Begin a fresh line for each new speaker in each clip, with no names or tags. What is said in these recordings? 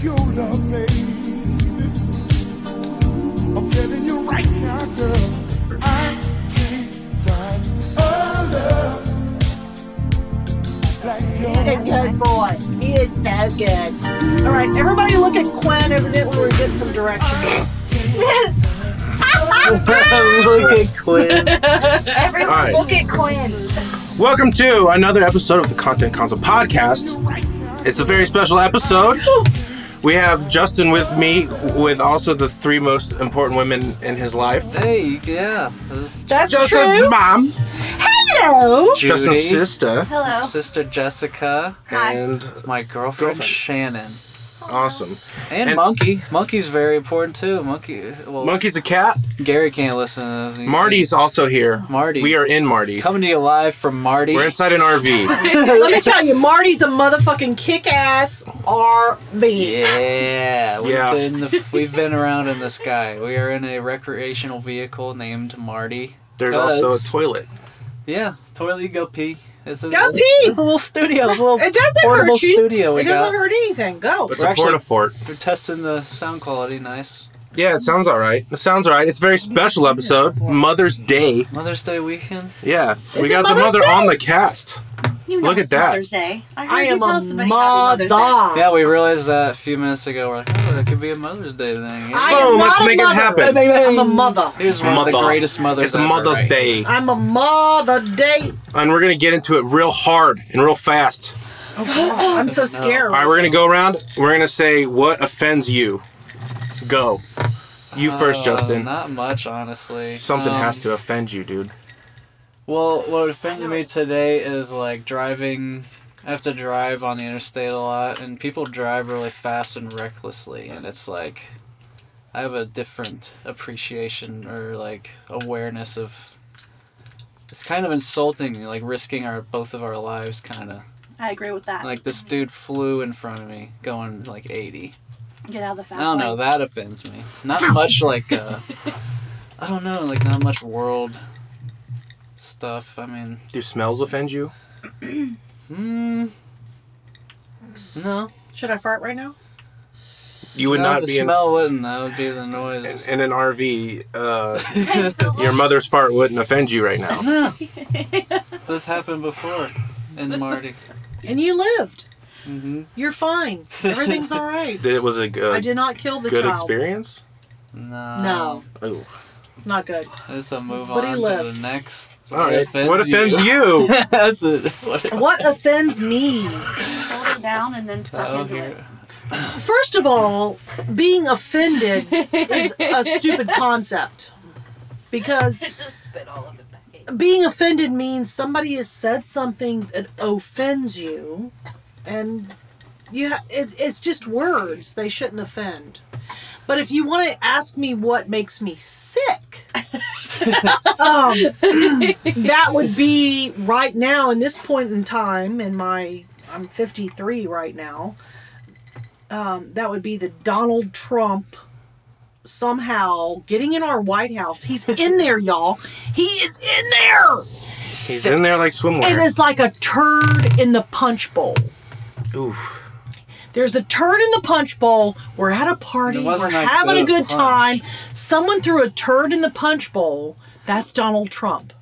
your love, baby. I'm telling you right now, girl, I can't find a love like
He's a
yours.
good boy. He is so good. All right, everybody look at Quinn. Evidently, we're getting some direction.
Look at Quinn.
Everyone,
All right.
look at Quinn.
Welcome to another episode of the Content Console Podcast. It's a very special episode. We have Justin with me, with also the three most important women in his life.
Hey, yeah. This is
That's
Justin's
true.
mom,
Hello.
Judy,
Justin's sister,
Hello.
sister Jessica,
Hi.
and
my girlfriend,
Girlfriend.
Shannon,
awesome.
and,
And-
Monkey. Monkey's very important too. Monkey. Well,
Monkey's a cat.
Gary can't listen. To this.
Marty's also here.
Marty.
We are in Marty.
coming to you live from Marty.
We're inside an RV.
Let me tell you, Marty's a motherfucking kick-ass RV.
Yeah, we've
Yeah.
been the, we've been around in the sky. We are in a recreational vehicle named Marty.
There's
Cuz-
also a toilet.
Yeah, toilet. You go pee. It's a
Go
little,
pee!
It's a little studio. It's a little
It doesn't
portable
hurt you.
studio. We
It doesn't
got.
hurt anything. Go.
It's
We're
a
actually-
porta fort.
We're testing the sound quality. Nice.
Yeah, it sounds all right. It sounds all right. It's a very special episode. Mother's Day.
Mother's Day weekend.
Yeah, we
it
got the
Mother's
mother
Day?
on the cast.
You know
Look at
it's
that.
Mother's Day. I heard
I
you
am
tell
a
somebody happy Mother's Day.
mother.
Yeah, we realized that a few minutes ago. We're like, oh, that could be a Mother's Day thing.
I
Boom,
am
let's
not a
make it
mother.
happen.
I'm a mother.
Here's one of the
Mother.
greatest mothers.
It's
ever,
Mother's
right?
Day,
I'm a mother date.
and we're gonna get into it real hard and real fast.
I'm so scared.
All right, we're gonna go around. We're gonna say what offends you. Go. You first,
Uh,
Justin.
Not much, honestly.
Something
Um,
has to offend you, dude.
Well, what offended me today is like driving. I have to drive on the interstate a lot, and people drive really fast and recklessly, and it's like I have a different appreciation or like awareness of. It's kind of insulting, like risking our both of our lives, kind of.
I agree with that.
Like this dude flew in front of me, going like eighty.
Get out of the fast
I don't
lane.
know. That offends me. Not much like. Uh, I don't know. Like not much world stuff. I mean.
Do smells offend you?
Mm. No.
Should I fart right now?
You would
no,
not
the
be
smell wouldn't. That would be the
in,
noise.
in an RV. Uh,
It's a
your mother's fart wouldn't offend you right now.
no. this happened before in Marty.
And you lived.
Mm-hmm.
You're fine. Everything's all right.
That it was a good,
I did not kill the
good
child.
experience.
No.
No,
Oh,
not good.
Let's uh, move
But he
on to
lived.
the next.
all right. what offends you?
That's it. What-
What offends me?
little shoulder down and then suck
Oh,
into it.
here.
First of all, being offended is a stupid concept because
Just spit all of it back. in.
being offended means somebody has said something that offends you, and you ha- it, it's just words. They shouldn't offend. But if you want to ask me what makes me sick, um, that would be right now in this point in time in my I'm 53 right now. Um, that would be the Donald Trump somehow getting in our White House. He's in there, y'all. He is in there.
He's in there like
It
swimwear.
is like a turd in the punch bowl.
Oof.
There's a turd in the punch bowl. We're at a party.
It
We're
wasn't like
having a
the
good time.
punch.
Someone threw a turd in the punch bowl. That's Donald Trump.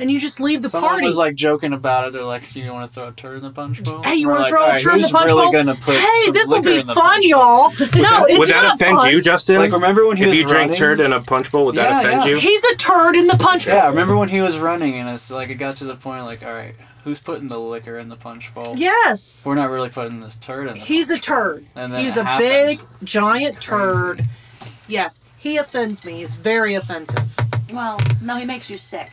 And you just leave the
Someone
party.
was like joking about it. They're like, "You want to throw a turd in the punch bowl?"
hey, you
We're
want to
like,
throw
"All
a
right,
turd in the
who's
punch
really
bowl?
Gonna put
hey,
some
this will
liquor
be
in the
fun,
punch bowl?"
y'all. No, it's
would that
not
offend
fun.
you, Justin?
Like, remember when he
if
was
you drink
running?
turd in a punch bowl, would
Yeah,
that offend
yeah.
you?
He's a turd in the punch bowl.
Yeah, I remember when he was running, and it's like it got to the point like, all right, who's putting the liquor in the punch bowl?
Yes.
We're not really putting this turd in. The
He's a
punch bowl.
turd.
And then
He's
it
a
happens.
big, giant
It's crazy.
turd. Yes, he offends me. He's very offensive.
Well, no, he makes you sick.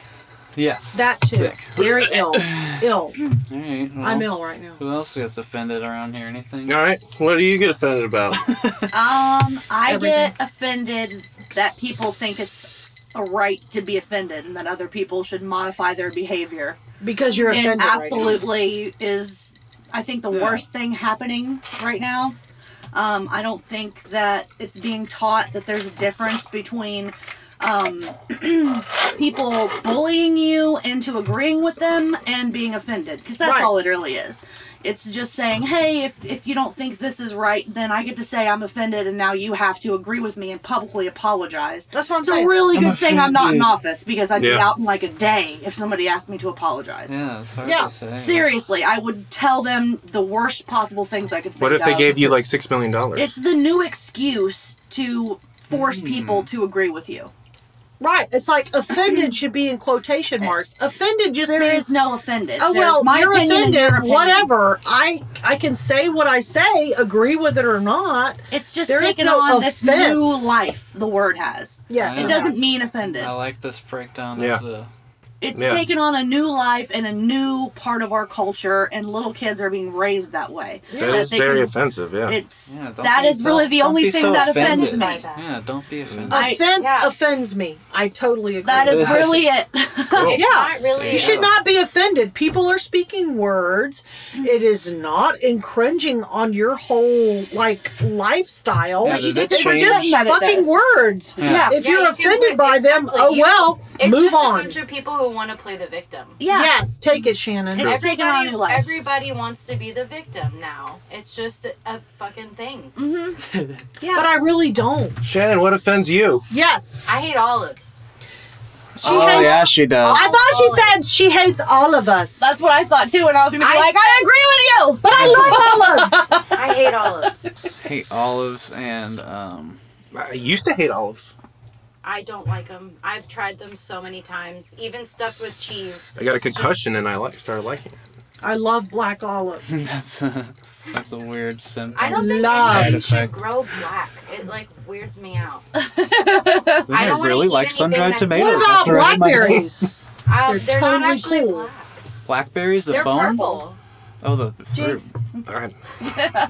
Yes.
That too.
Sick.
Very ill. Ill.
Mm-hmm.
All right. Well,
I'm ill right now.
Who else gets offended around here? Anything?
All right. What do you get offended about?
Um, I
Everything.
get offended that people think it's a right to be offended and that other people should modify their behavior.
Because you're
It
offended. right now.
absolutely is, I think, the
Yeah.
worst thing happening right now. Um, I don't think that it's being taught that there's a difference between um, people bullying you into agreeing with them and being offended because that's
Right.
all it really is. It's just saying, hey, if, if you don't think this is right, then I get to say I'm offended, and now you have to agree with me and publicly apologize.
That's what I'm
it's
saying.
a really
I'm
good thing I'm not in
offended.
office because I'd be
Yeah.
out in like a day if somebody asked me to apologize.
Yeah, it's hard
Yeah,
to say.
Seriously, I would tell them the worst possible things I could think
What if they
of.
gave you like six million dollars?
It's the new excuse to force
Hmm.
people to agree with you.
Right. It's like offended should be in quotation marks. Offended just
There
means
is no offended.
Oh
There's
well,
my
you're
opinion and your
offended.
opinion.
Whatever. I I can say what I say, agree with it or not.
It's just
There is
taken
no
on this
offense.
new life the word has.
Yes.
It
Yeah.
doesn't mean offended.
I like this breakdown
Yeah.
of the.
It's
Yeah.
taken on a new life and a new part of our culture, and little kids are being raised that way.
that is
they
very
can-
offensive. Yeah.
It's
Yeah, don't
that
be-
is really
don't-
the
don't
only
be
thing
so
that
offended.
offends me.
Yeah, don't
Uh,
be offended.
I-
Offense
yeah.
offends me. I totally agree.
That is
Yeah.
really it.
Cool.
It's
Yeah.
not really.
You should not be offended. People are speaking words. It is not encroaching on your whole like lifestyle.
Yeah, did it
It's
change?
just
That it
fucking
does.
words.
Yeah.
If
Yeah,
you're
you can
offended
put-
by them,
exactly.
oh
You-
well,
It's
move
just a
on.
bunch of people who want to play the victim.
yeah.
Yes, take it, Shannon.
It's taken on a new
Everybody,
life.
everybody wants to be the victim now. It's just a, a fucking thing.
yeah.
But I really don't.
Shannon, what offends you?
Yes.
I hate olives.
She
oh,
hates
she does.
I thought she said she hates all of us.
That's what I thought too, and I was gonna be
I-
like, I agree with you.
but I love olives.
I hate olives.
hate olives and um.
I used to hate olives.
I don't like them. I've tried them so many times, even stuffed with cheese.
I got a
It's just-
concussion and I like started liking it.
I love black olives.
That's a, that's a weird symptom.
I don't think
Love.
anything
Side
should
effect.
grow black. It like weirds me out.
Then
I don't wanna
really
eat
like
anything
sun-dried
that's-
tomatoes.
What about
after I had my-
blackberries?
Uh,
They're
they're
totally
not actually
cool.
black.
Blackberries, the
they're
phone.
purple.
Oh, the fruit.
Jeez.
I-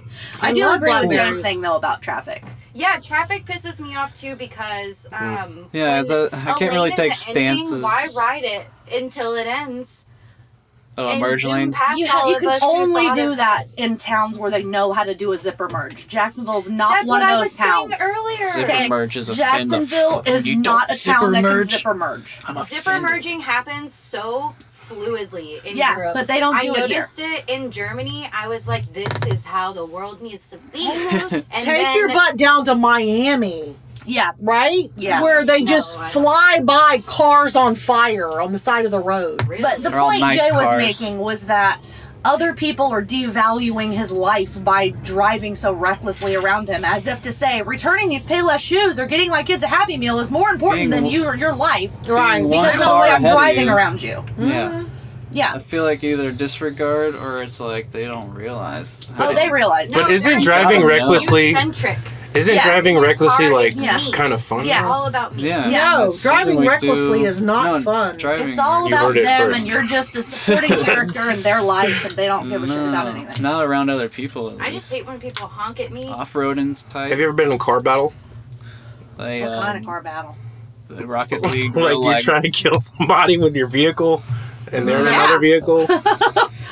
I do
love
agree with Joe's
blackberries.
thing though about traffic.
Yeah, traffic pisses me off too because um
Mm. Yeah,
when
it's a- I
a
can't
lane
really
is
take
ending,
stances.
Why ride it until it ends?
Oh,
and
merge
zoom
lane.
past
You,
all
you
of
can
us who
only
thought
do
of-
that in towns where they know how to do a zipper merge. Jacksonville's not
That's
one
what
of
I
those
was saying
towns.
earlier.
Zipper
Okay,
merge is a fin the
Jacksonville
fuck-
is
you
not
don't
a town
zipper
that
merge.
can zipper merge.
I'm
Zipper
offended.
merging happens so fluidly in
Yeah,
Europe.
but they don't do
I
it here.
noticed it in Germany. I was like, this is how the world needs to be. and
Take your
butt.
butt down to Miami,
Yeah,
right?
Yeah.
Where they
No,
just
I-
fly by cars on fire on the side of the road.
but the
They're all
point
nice
Jay was
cars.
making was that other people are devaluing his life by driving so recklessly around him, as if to say, returning these Payless shoes or getting my kids a Happy Meal is more important
Being
than
w-
you or your life.
Right.
Being
Because
one
of the way
car
I'm
ahead of
driving
you.
around you. Mm-hmm.
Yeah,
Yeah.
I feel like either disregard or it's like they don't realize.
Oh, they realize.
But
No,
isn't
they're
driving
just
recklessly-
Eccentric.
Isn't
Yeah.
driving recklessly
Car
like
is neat.
kind of fun?
Yeah.
All about me.
Yeah.
No,
it's something
driving
we do-
recklessly is not
no,
fun.
Driving
It's all
You
about
heard it
them,
first.
and you're just a supporting character in their life, and they don't give a shit about
No,
anything.
Not around other people. At
I
least.
just hate when people honk at
Uh,
me.
off-roading type.
Have you ever been in a car battle?
They,
What kind of
um,
car battle?
the Rocket League.
like
will,
you're trying to kill somebody with your vehicle and they're in
Yeah.
another vehicle?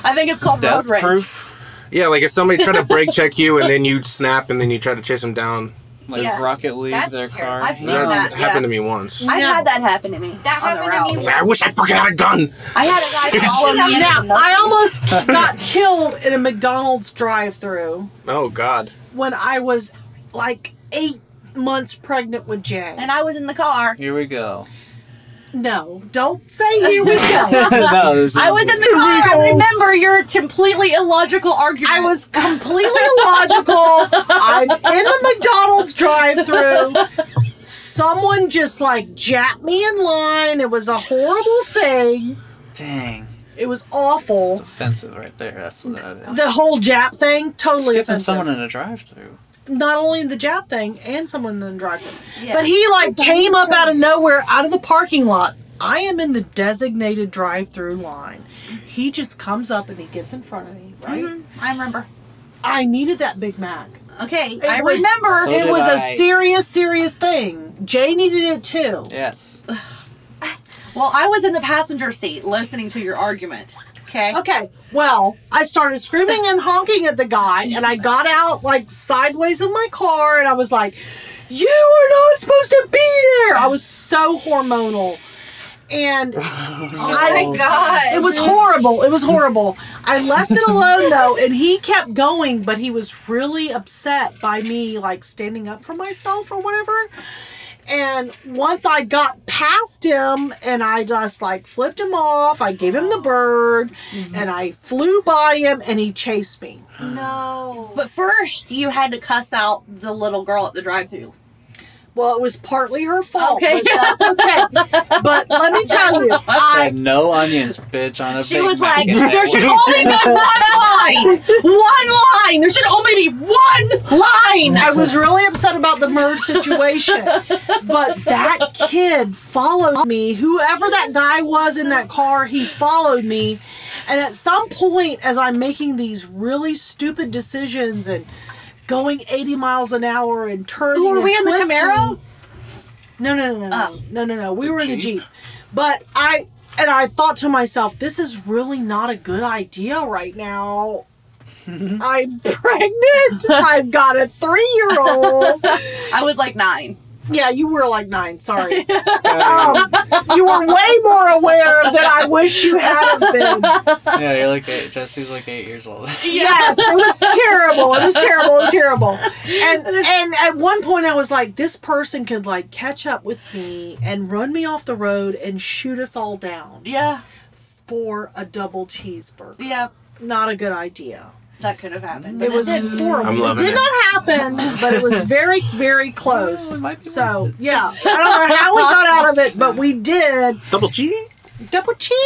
I think it's called road
death
rage.
proof.
yeah, like if somebody tried to brake check you and then you snap and then you try to chase them down.
Like
Yeah.
Rocket League,
That's
their
terrible.
car.
I've seen
That's
that. yeah.
happened to me once.
I've
No.
had that happen to me.
That
on the
happened to
I was
route.
me
like, I wish I fucking had a gun.
I had a guy follow me.
Now,
into the
I
Mercedes.
almost got killed in a McDonald's drive-through
Oh God.
when I was like eight months pregnant with Jay.
and I was in the car.
Here we go.
no, don't say here we go.
no, this is,
I was in the car. I remember your completely illogical argument.
I was completely illogical. I'm in the McDonald's drive-through. Someone just like jacked me in line. It was a horrible thing.
Dang.
It was awful.
Offensive right there. That's what that is.
The whole Jap thing, totally
Skipping
offensive.
someone in a drive-through.
Not only the Jap thing and someone in the drive-through.
Yeah.
But he like came up out of nowhere, out of the parking lot. I am in the designated drive-through line. He just comes up and he gets in front of me. Right?
I remember.
I needed that Big Mac.
Okay,
It
I
was-
remember.
So
it
did
was a
I.
serious, serious thing. Jay needed it too.
Yes.
well, I was in the passenger seat listening to your argument. Okay.
Okay. Well, I started screaming and honking at the guy, and I got out like sideways in my car, and I was like, you are not supposed to be there. I was so hormonal. And
Oh my god.
it was horrible. It was horrible. I left it alone though, and he kept going, but he was really upset by me like standing up for myself or whatever. And once I got past him and I just like flipped him off, I gave him the bird and I flew by him and he chased me.
No.
But first, you had to cuss out the little girl at the drive-through.
Well, it was partly her fault,
Okay.
but that's okay. but let me tell you, I
Said no onions, bitch, on a
She
Big
was
Mac.
like, "There should only be one line, one line. There should only be one line."
I was really upset about the merge situation. But that kid followed me. Whoever that guy was in that car, he followed me. And at some point, as I'm making these really stupid decisions and going 80 miles an hour and turning,
Who are
and
we in the
twisting-
Camaro?
No, no, no, no, no,
Oh.
no, no, no. We were in Ah. the
Jeep?
jeep, but I and I thought to myself, this is really not a good idea right now. I'm pregnant. I've got a three-year-old.
I was like nine.
Yeah, you were like nine. Sorry, um, you were way more aware than I wish you had have been.
yeah, you're like eight. Jesse's like eight years old.
Yes, it was terrible. It was terrible. It was terrible. And and at one point, I was like, this person could like catch up with me and run me off the road and shoot us all down
Yeah,
for a double cheeseburger.
yeah,
Not a good idea.
that could have happened.
It was horrible.
I'm
it
loving
did
it.
not happen, but it was very, very
Oh,
close. so yeah, I don't know how we got out of it, but we did.
Double G?
Double cheese.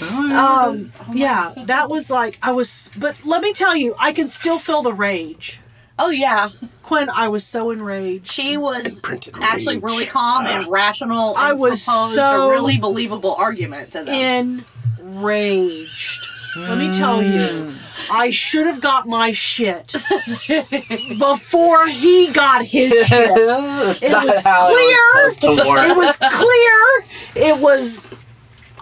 Um, yeah, that was like I was, but let me tell you, I can still feel the rage.
Oh yeah,
Quinn, I was so enraged.
she was
Printed
actually
rage.
really calm and rational. And
I was
proposed
so
a really believable argument to them.
Enraged. Let me tell you, I should have got my shit before he got his shit.
That's
It
not
was
how it was supposed to
It
work.
was clear. It was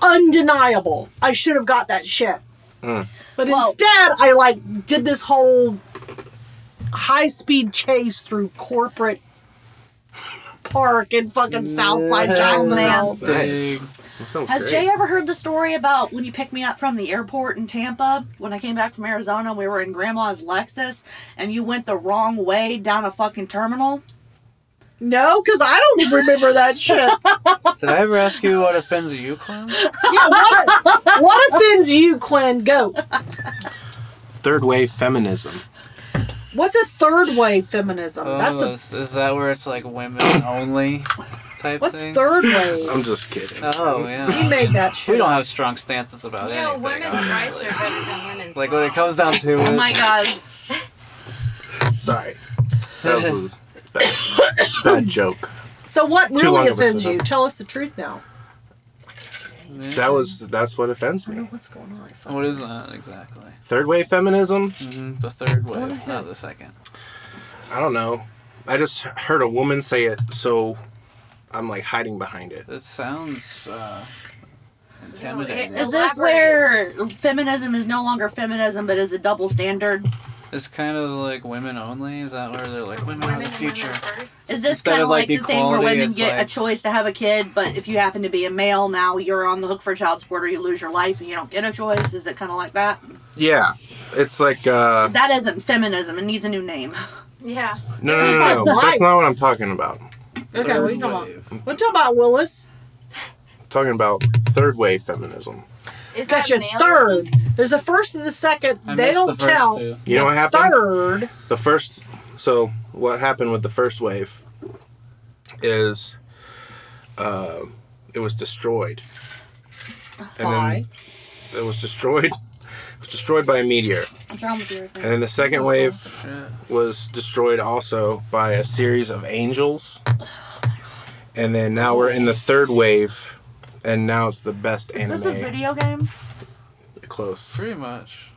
undeniable. I should have got that shit. But
Well-
instead, I like did this whole high speed chase through corporate park in fucking Southside Jacksonville.
Nice.
Dang.
That sounds
Has
great.
Jay ever heard the story about when you picked me up from the airport in Tampa? When I came back from Arizona, we were in Grandma's Lexus, and you went the wrong way down a fucking terminal.
No, because I don't remember that shit. Yeah,
Did I ever ask you what offends you, Clem?
what, what offends you, Quinn? Go.
Third wave feminism.
What's a third wave feminism? That's
Oh,
a
is, is that where it's like women only type
what's
thing?
third wave?
I'm just kidding.
Oh
He
yeah.
made that shit.
We don't have strong stances about
You know,
anything.
women's rights
honestly.
are better than women's.
uh, Like when it
laws.
comes down to
Oh
it,
my god!
Sorry. That was a bad, bad joke.
so what
long
really
of a
offends
sentence.
you? Tell us the truth now.
That was that's what offends me.
What's going on?
what is that exactly?
Third wave feminism?
hmm The third wave, not the second.
I don't know. I just heard a woman say it, so I'm like hiding behind it.
It sounds uh, intimidating.
it-
Is this
Elaborate.
where feminism is no longer feminism, but is a double standard?
It's kind of like women only. Is that where they're like women, are
Women
the
and women
future?
first.
Is this
Instead
kind
of,
of like,
like,
the thing where
equality,
women
it's
get a
like-
choice to have a kid, but if you happen to be a male now, you're on the hook for child support or you lose your life and you don't get a choice? Is it kind of like that?
Yeah. It's like uh
That isn't feminism. It needs a new name.
Yeah.
no no no, no, no. That's not what I'm talking about.
Okay,
Third
we come on.
wave.
We'll talk about Willis.
I'm talking about third wave feminism.
Is that
Got your
male?
third. There's a first and the second.
I
they
missed
don't
the first
count.
two.
You know what happened?
Third.
the first so what happened with the first wave is uh, it was destroyed and
Why?
then it was destroyed it was destroyed by a meteor
What's wrong with your
and then the second wave was destroyed also by a series of angels and then now we're in the third wave and now it's the best anime
game?
close
Pretty much.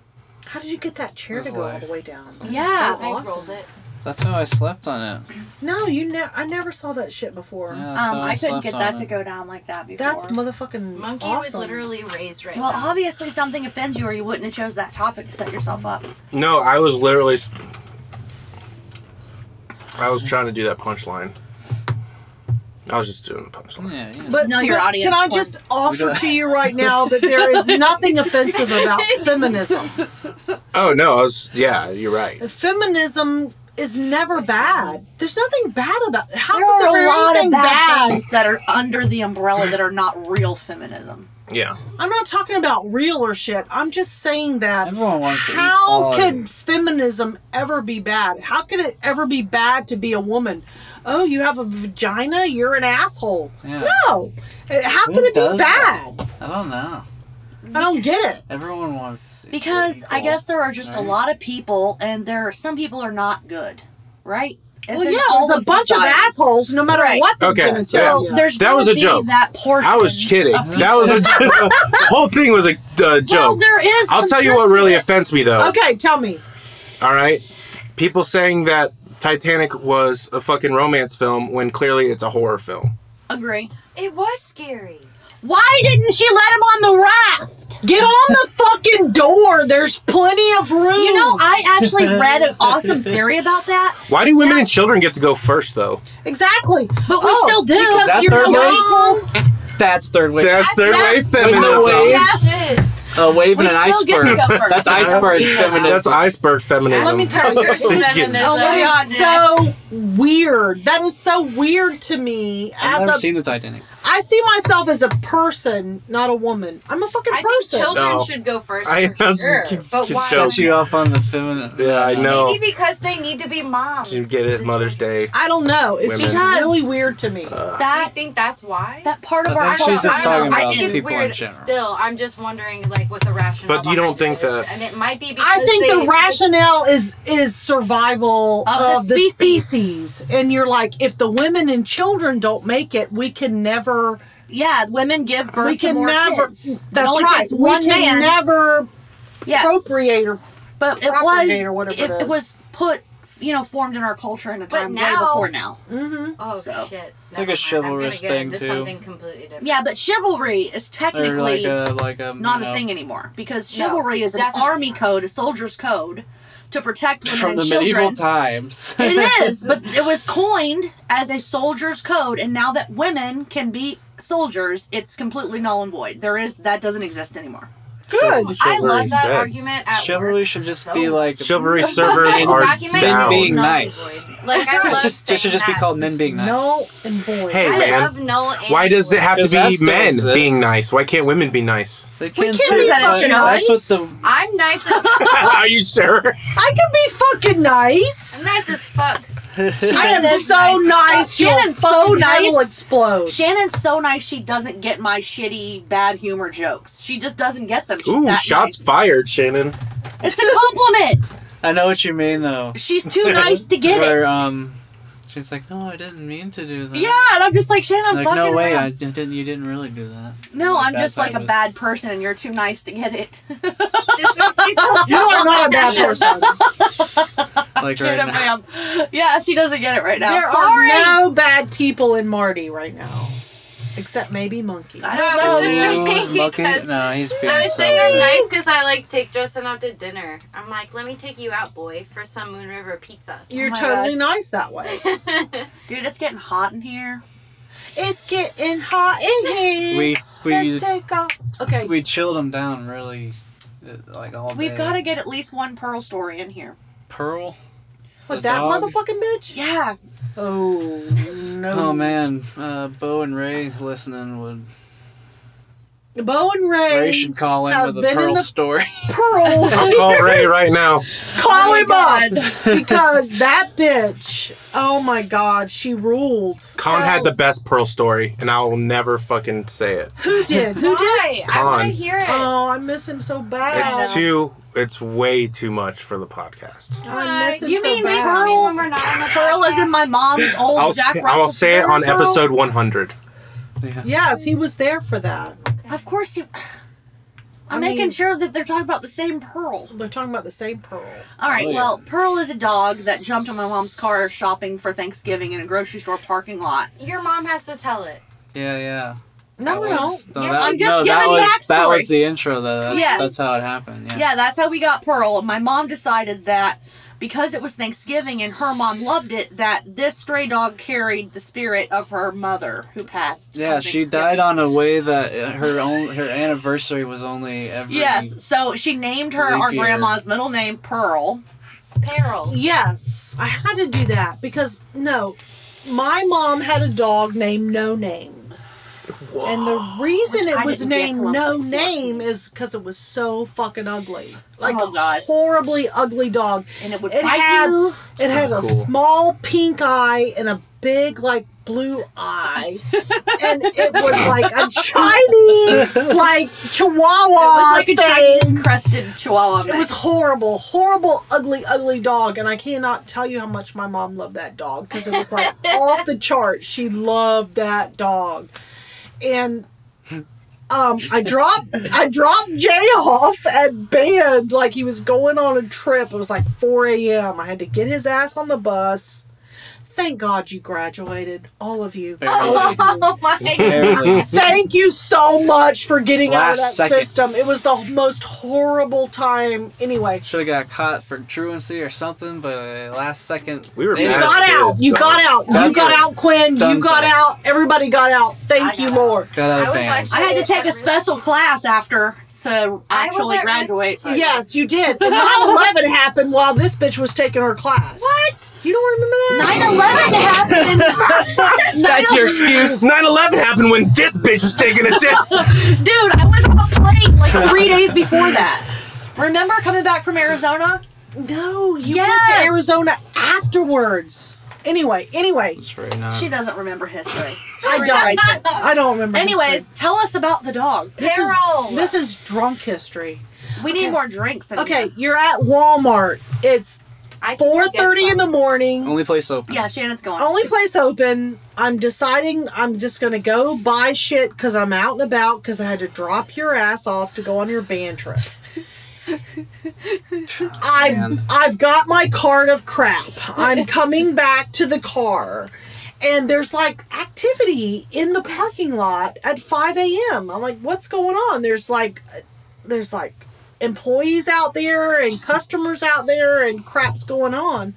How did you get that chair to
This
go all
life.
the way down?
Yeah.
So
I rolled
awesome.
it.
That's how I slept on it.
No, you ne- I never saw that shit before.
Yeah, that's
Um,
how
I couldn't
slept
get
on
that
it.
to go down like that before.
That's motherfucking
Monkey was
awesome.
literally raised right
well,
now.
obviously something offends you, or you wouldn't have chose that topic to set yourself up.
no i was literally I was trying to do that punchline. I was just doing the punchline.
Yeah, yeah.
But
No, your
but
audience
Can I
won't.
just
We
offer
don't-
to you right now that there is nothing offensive about feminism?
Oh no, I was. Yeah, you're right.
Feminism is never bad. There's nothing bad about. How
there
could there
are
be
a lot
anything
of bad
bad?
things that are under the umbrella that are not real feminism.
Yeah,
I'm not talking about real or shit. I'm just saying that.
Everyone wants to eat
How
all
could feminism ever be bad? How could it ever be bad to be a woman? Oh, you have a vagina. You're an asshole.
Yeah.
No. Uh, How
Who
could it be
does that?
bad?
I don't know.
I don't get it.
Everyone wants equal-
Because I
equal.
guess there are just a lot of people, and there are some people are not good, right? It's
well,
in
yeah,
all
there's a bunch
society.
of assholes, no matter
Right.
what. The
Okay,
gender-
yeah.
So there's
That
gonna
was a
be
joke.
That portion.
I was kidding. That was a the whole thing was a uh, joke.
Well, there is.
I'll
some
tell you
truth
what
to
really
it.
offends me though.
Okay, tell me.
All right, people saying that Titanic was a fucking romance film when clearly it's a horror film.
Agree.
It was scary.
Why didn't she let him on the raft?
Get on the fucking door. There's plenty of room.
You know, I actually read an awesome theory about that.
Why do women and children get to go first though?
exactly. But
we still do. Is
Because
that
you're
third
not
wave?
equal.
that's third wave.
That's their way
that's-
feminism.
wave.
That's it.
a wave
We
and an
still get to
iceberg.
go first.
That's iceberg feminism.
That's iceberg feminism.
Let me tell you.
Oh,
That
my
is so
God,
weird. That is so weird to me.
I've never
As a,
seen the Titanic.
I see myself as a person, not a woman. I'm a fucking
I think
person.
children
No.
should go first
I-
for sure.
kids-
But
kids
why?
don't.
Set you off on the feminist.
Yeah, I know.
Maybe because they need to be moms.
You get it, Mother's Day.
I don't know. It's
Women.
just
Because-
really weird to me.
Do you
That
think that's why?
that part of
I
our
think she's just
I
talking
don't know. I
about
think it's
people in
weird.
general.
Still, I'm just wondering, like, what the rationale.
But you don't
behind it
think
is.
that-
and it might be because
I think
they,
the rationale is is survival
Of
of,
the
the,
species.
species. and you're like, if the women and children don't make it, we can never,
yeah, women give birth
we
to
can
more
never.
kids. It
That's
only
right.
takes
We
one
can
man.
never
yes.
procreate or
but it was
propagate or
it,
whatever
it,
it is.
was put you know formed in our culture in a
But
time way
now-
before now.
Oh
So.
Like
shit!
a
Never mind. I'm
chivalrous
gonna get
thing,
into
too.
Something completely different.
Yeah, but chivalry is
Or
technically
like a like a
not
you know,
a thing anymore because
No,
chivalry is an
definitely
army
not.
code, a soldier's code to protect women
from
and
the
children.
medieval times.
it is, but it was coined as a soldier's code, and now that women can be soldiers, it's completely null and void. There is that doesn't exist anymore.
good.
I love
Chivalry's
that
dead.
argument. At
Chivalry
work
should just
so
be
much.
like
Chivalry servers
It's
are
documented.
down.
being
Null and
nice.
void. Like I
It's
love
just it should just be
saying
called
that.
men being nice.
No and boy.
Hey,
I
man.
love null. and
Why does it have to
Does that
be
still
men
exist?
being nice? Why can't women be nice?
They
We
can
can't
too,
be
but
fucking
That's what
nice.
the
I'm nice as
Are you sure?
I can be fucking
I'm
nice.
nice as fuck.
I am
Shannon's
so nice. You're
Shannon's so
so nice. Will
nice.
explode.
Shannon's so nice she doesn't get my shitty bad humor jokes. She just doesn't get them. She's
Ooh,
that
shots
nice.
fired, Shannon.
It's a compliment.
I know what you mean though.
She's too nice to get it.
Where um she's like, No, I didn't mean to do that.
Yeah, and I'm just like Shannon. I'm
Like
fucking
no way,
around.
I I didn't. You didn't really do that.
No, I'm
That
just like
time
a
was-
bad person, and you're too nice to get it.
This makes me feel
You
so
are not a bad person.
Like right
Kidda
now.
bam. Yeah, she doesn't get it right now.
There
Sorry.
are no bad people in Marty right now, except maybe Monkey.
I
I
don't
was
know.
just
man.
saying-
Ooh, Monkey-
because
no, he's being
I was
so
saying I'm
rude.
nice because I like take Justin out to dinner. I'm like, let me take you out, boy, for some Moon River pizza.
You're
Oh my
totally nice that way.
Dude, it's getting hot in here.
it's getting hot in here.
We
Let's
we
take off. Okay.
we chilled him down really, uh, like all day.
We've got to get at least one pearl story in here.
Pearl.
With
the
that
dog.
motherfucking bitch?
Yeah.
Oh no.
Oh man, uh, Bo and Ray listening would.
Bo and Ray,
Ray should call in
have
with a
been in
Pearl
the-
story.
Oh,
Pearl,
I'll call Ray right now.
call him
my
up because that bitch. Oh my god, she ruled.
Con
So-
had the best Pearl story, and I will never fucking say it.
Who did? Who did?
Why? I want
Con.
to hear it.
Oh, I miss him so bad.
It's too. It's way too much for the podcast.
I miss him
You
so
mean
bad.
Pearl?
Tell me when we're not on the
Pearl is in my mom's old
I'll
Jack
say,
Russell
I'll say it on
Terrier Pearl.
episode 100.
Yes, he was there for that.
Of course you. I'm
I
making
mean-
sure that they're talking about the same Pearl.
They're talking about the same Pearl.
All right,
Oh, yeah.
well, Pearl is a dog that jumped on my mom's car shopping for Thanksgiving in a grocery store parking lot.
podcast. Your mom has to tell it.
yeah, yeah.
No,
That
no.
was- no,
Yes,
that-
I'm just
no, that
giving
was, That
backstory.
was the intro, though. That's,
Yes.
that's how it happened. Yeah.
Yeah, that's how we got Pearl. My mom decided that because it was Thanksgiving and her mom loved it, that this stray dog carried the spirit of her mother who passed.
Yeah,
on
she
Thanksgiving.
died on a way that uh, her own her anniversary was only every.
Yes, so she named her
Leap
our
year.
grandma's middle name Pearl.
Peril.
Yes, I had to do that because no, my mom had a dog named No Name. And the reason
Which I
it was
didn't get
named
till I was
No
like 14.
Name is because it was so fucking ugly. Like
Oh, God.
a horribly ugly dog.
And it would
It
bite
had-
you.
It had a
cool.
small pink eye and a big like blue eye. and it was like a Chinese like chihuahua.
It was like a
thing.
Chinese crested chihuahua.
It was horrible, horrible, ugly, ugly dog, and I cannot tell you how much my mom loved that dog because it was like off the chart. She loved that dog, and um, I dropped I dropped Jay off at band like he was going on a trip. It was like 4 a.m. I had to get his ass on the bus. Thank God you graduated, all of you. All of you.
Oh my god.
Barely.
Thank you so much for getting out of
Last
that
second.
system. It was the most horrible time. Anyway,
Should have got caught for truancy or something, but uh, last second.
We were
They
you
mad.
got
kids,
out. You
dog.
got out. You
Dunzo.
got out, Quinn. You got
Dunzo.
out. Everybody got out. Thank
I
you,
got
Lord.
Got out
I
of
was
band.
actually-
I had to take a special class after to
I was
actually
at risk
graduate.
too.
Yes, you did. And 9 11 happened while this bitch was taking her class.
What?
You don't remember that?
9/11 happened.
That's your excuse.
9/11 happened when this bitch was taking a test.
Dude, I was on a plane like three days before that. Remember coming back from Arizona?
No, you went
Yes.
to Arizona afterwards. Anyway, anyway,
That's right, not-
She doesn't remember history.
I don't. I don't remember. history.
Anyways, tell us about the dog.
this is
Carol.
this is drunk history.
We need more drinks. in
Okay,
here.
you're at Walmart. It's
I can
four thirty
get
in the
some.
morning.
Only place open.
Yeah, Shannon's going.
only place open. I'm deciding I'm just gonna go buy shit because I'm out and about because I had to drop your ass off to go on your band trip. I
Man.
I've got my cart of crap. I'm coming back to the car. And there's like activity in the parking lot at 5 a.m. I'm like, what's going on? There's like, there's like employees out there and customers out there and crap's going on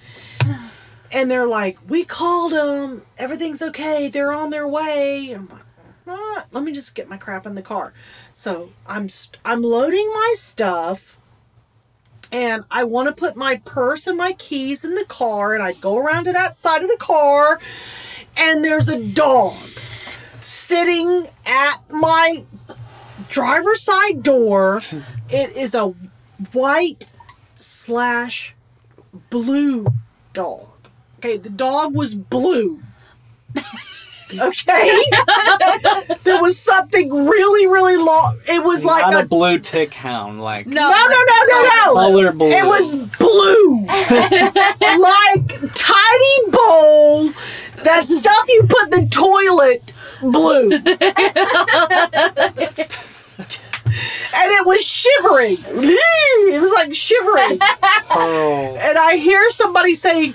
and they're like, "We called them. Everything's okay. They're on their way." And I'm like, "Ah, "Let me just get my crap in the car." So I'm st- I'm loading my stuff, and I want to put my purse and my keys in the car, and I go around to that side of the car, and there's a dog sitting at my driver's side door. It is a white slash blue dog. Okay, the dog was blue. okay, there was something really, really long. It was like
not
a,
a, blue tick hound, like
no,
no, no, no, no, no.
color blue.
It was blue, like tiny bowl, that stuff you put in the toilet, blue. and it was shivering. It was like shivering,
Pearl.
and I hear somebody saying,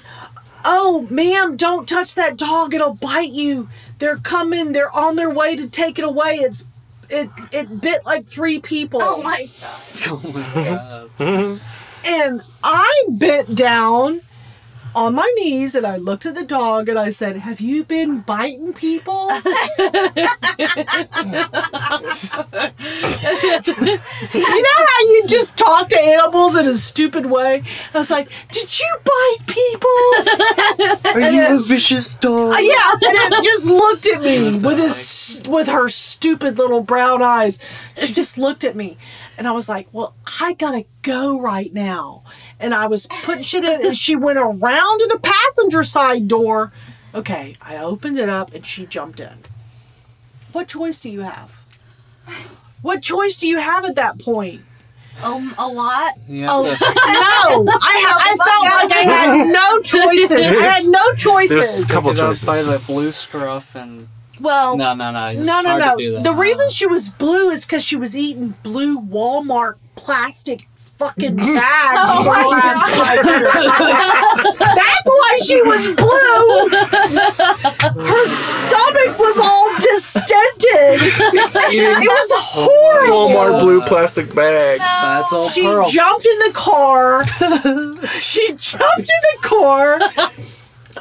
"Oh, ma'am, don't touch that dog; it'll bite you. They're coming. They're on their way to take it away. It's it it bit like three people."
Oh my
Oh my god.
And I bent down on my knees and I looked at the dog and I said, Have you been biting people? you know how you just talk to animals in a stupid way? I was like, Did you bite people?
Are you a vicious dog?
Uh, yeah, and it just looked at me with his with her stupid little brown eyes. She just looked at me, and I was like, "Well, I gotta go right now." And I was putting shit in, and she went around to the passenger side door. Okay, I opened it up, and she jumped in. What choice do you have? What choice do you have at that point?
Um, a lot.
You
Oh
have
no!
to-
I, I felt like I had no choices. I had no
There's a
choices.
couple
Get up by
choices.
the blue scruff and
Well,
no, no, no. It's
No, no,
hard
no.
To do that.
The reason she was blue is because she was eating blue Walmart plastic fucking bags. for the last five years. That's why she was blue. Her stomach was all just extended.
Eating
It was horrible.
Walmart blue plastic bags.
That's all
She
Pearl.
jumped in the car. she jumped in the car.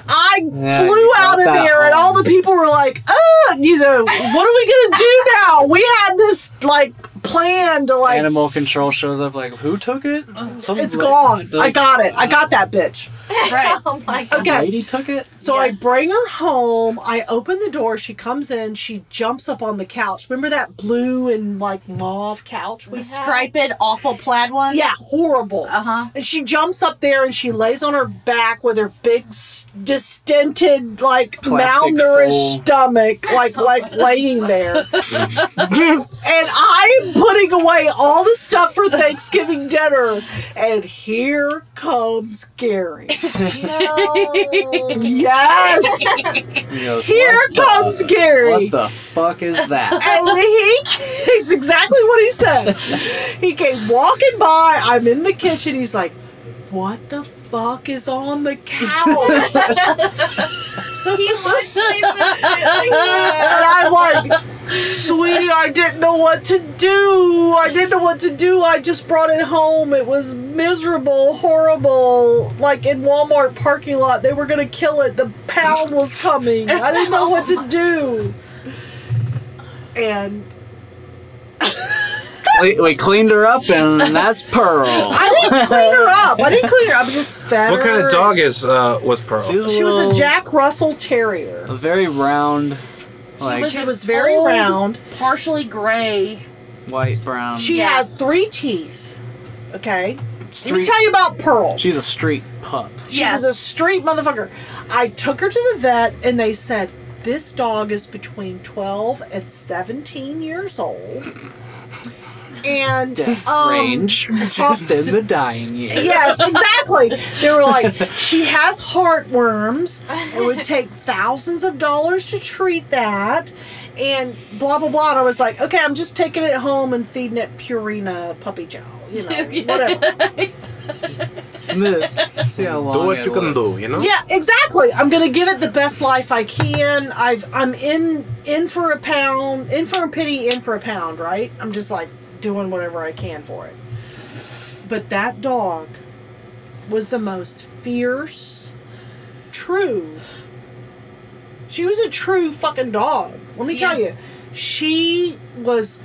I
Yeah,
flew
you got
out of
that
there, and
home.
all the people were like, "Oh, you know, what are we gonna do now? We had this like plan to like,
Animal control shows up like, who took it? Some
it's
la-
gone.
the
I got it. I got that bitch."
Right.
Oh my god.
Okay.
Lady took it.
So
Yeah.
I bring her home. I open the door. She comes in. She jumps up on the couch. Remember that blue and like mauve couch we
The
had?
striped, awful plaid one.
Yeah, horrible.
Uh huh.
And she jumps up there and she lays on her back with her big, s- distented, like
Plastic
malnourished
full.
stomach, like like laying there. and I'm putting away all the stuff for Thanksgiving dinner, and here comes Gary.
No.
Yes,
He goes,
here
"What the-
comes Gary.
What the fuck is that?
And he, it's exactly what he said. He came walking by. I'm in the kitchen. He's like, "What the fuck is on the couch?"
he would say some shit like that.
and I'm like, "Sweetie, I didn't know what to do. I didn't know what to do. I just brought it home. It was miserable, horrible. Like in Walmart parking lot, they were gonna kill it. The pound was coming. I didn't know what to do." And
we, we cleaned her up, and that's Pearl.
I didn't clean her up. I didn't clean her up. I just fed her.
What kind of dog is uh, was
She was
Pearl?
a,
She was
little-
a Jack Russell Terrier.
a very round, like
was
She was very
Old.
round.
Partially gray.
white brown.
She
Yeah.
had three teeth. Okay. Let me
street.
tell you about Pearl.
She's a street pup.
She was a street motherfucker. I took her to the vet and they said, This dog is between 12 and 17 years old. And
Death
um,
range. Just in the dying years.
Yes, exactly. They were like, she has heartworms. It would take thousands of dollars to treat that. And blah, blah, blah. And I was like, okay, I'm just taking it home and feeding it Purina puppy chow. You know, whatever.
See how long
Do what
it
you can
lives.
do, you know.
Yeah, exactly. I'm gonna give it the best life I can. I've I'm in in for a pound, in for a penny, in for a pound. Right? I'm just like doing whatever I can for it. But that dog was the most fierce, true. She was a true fucking dog. Let me tell
Yeah.
you, she was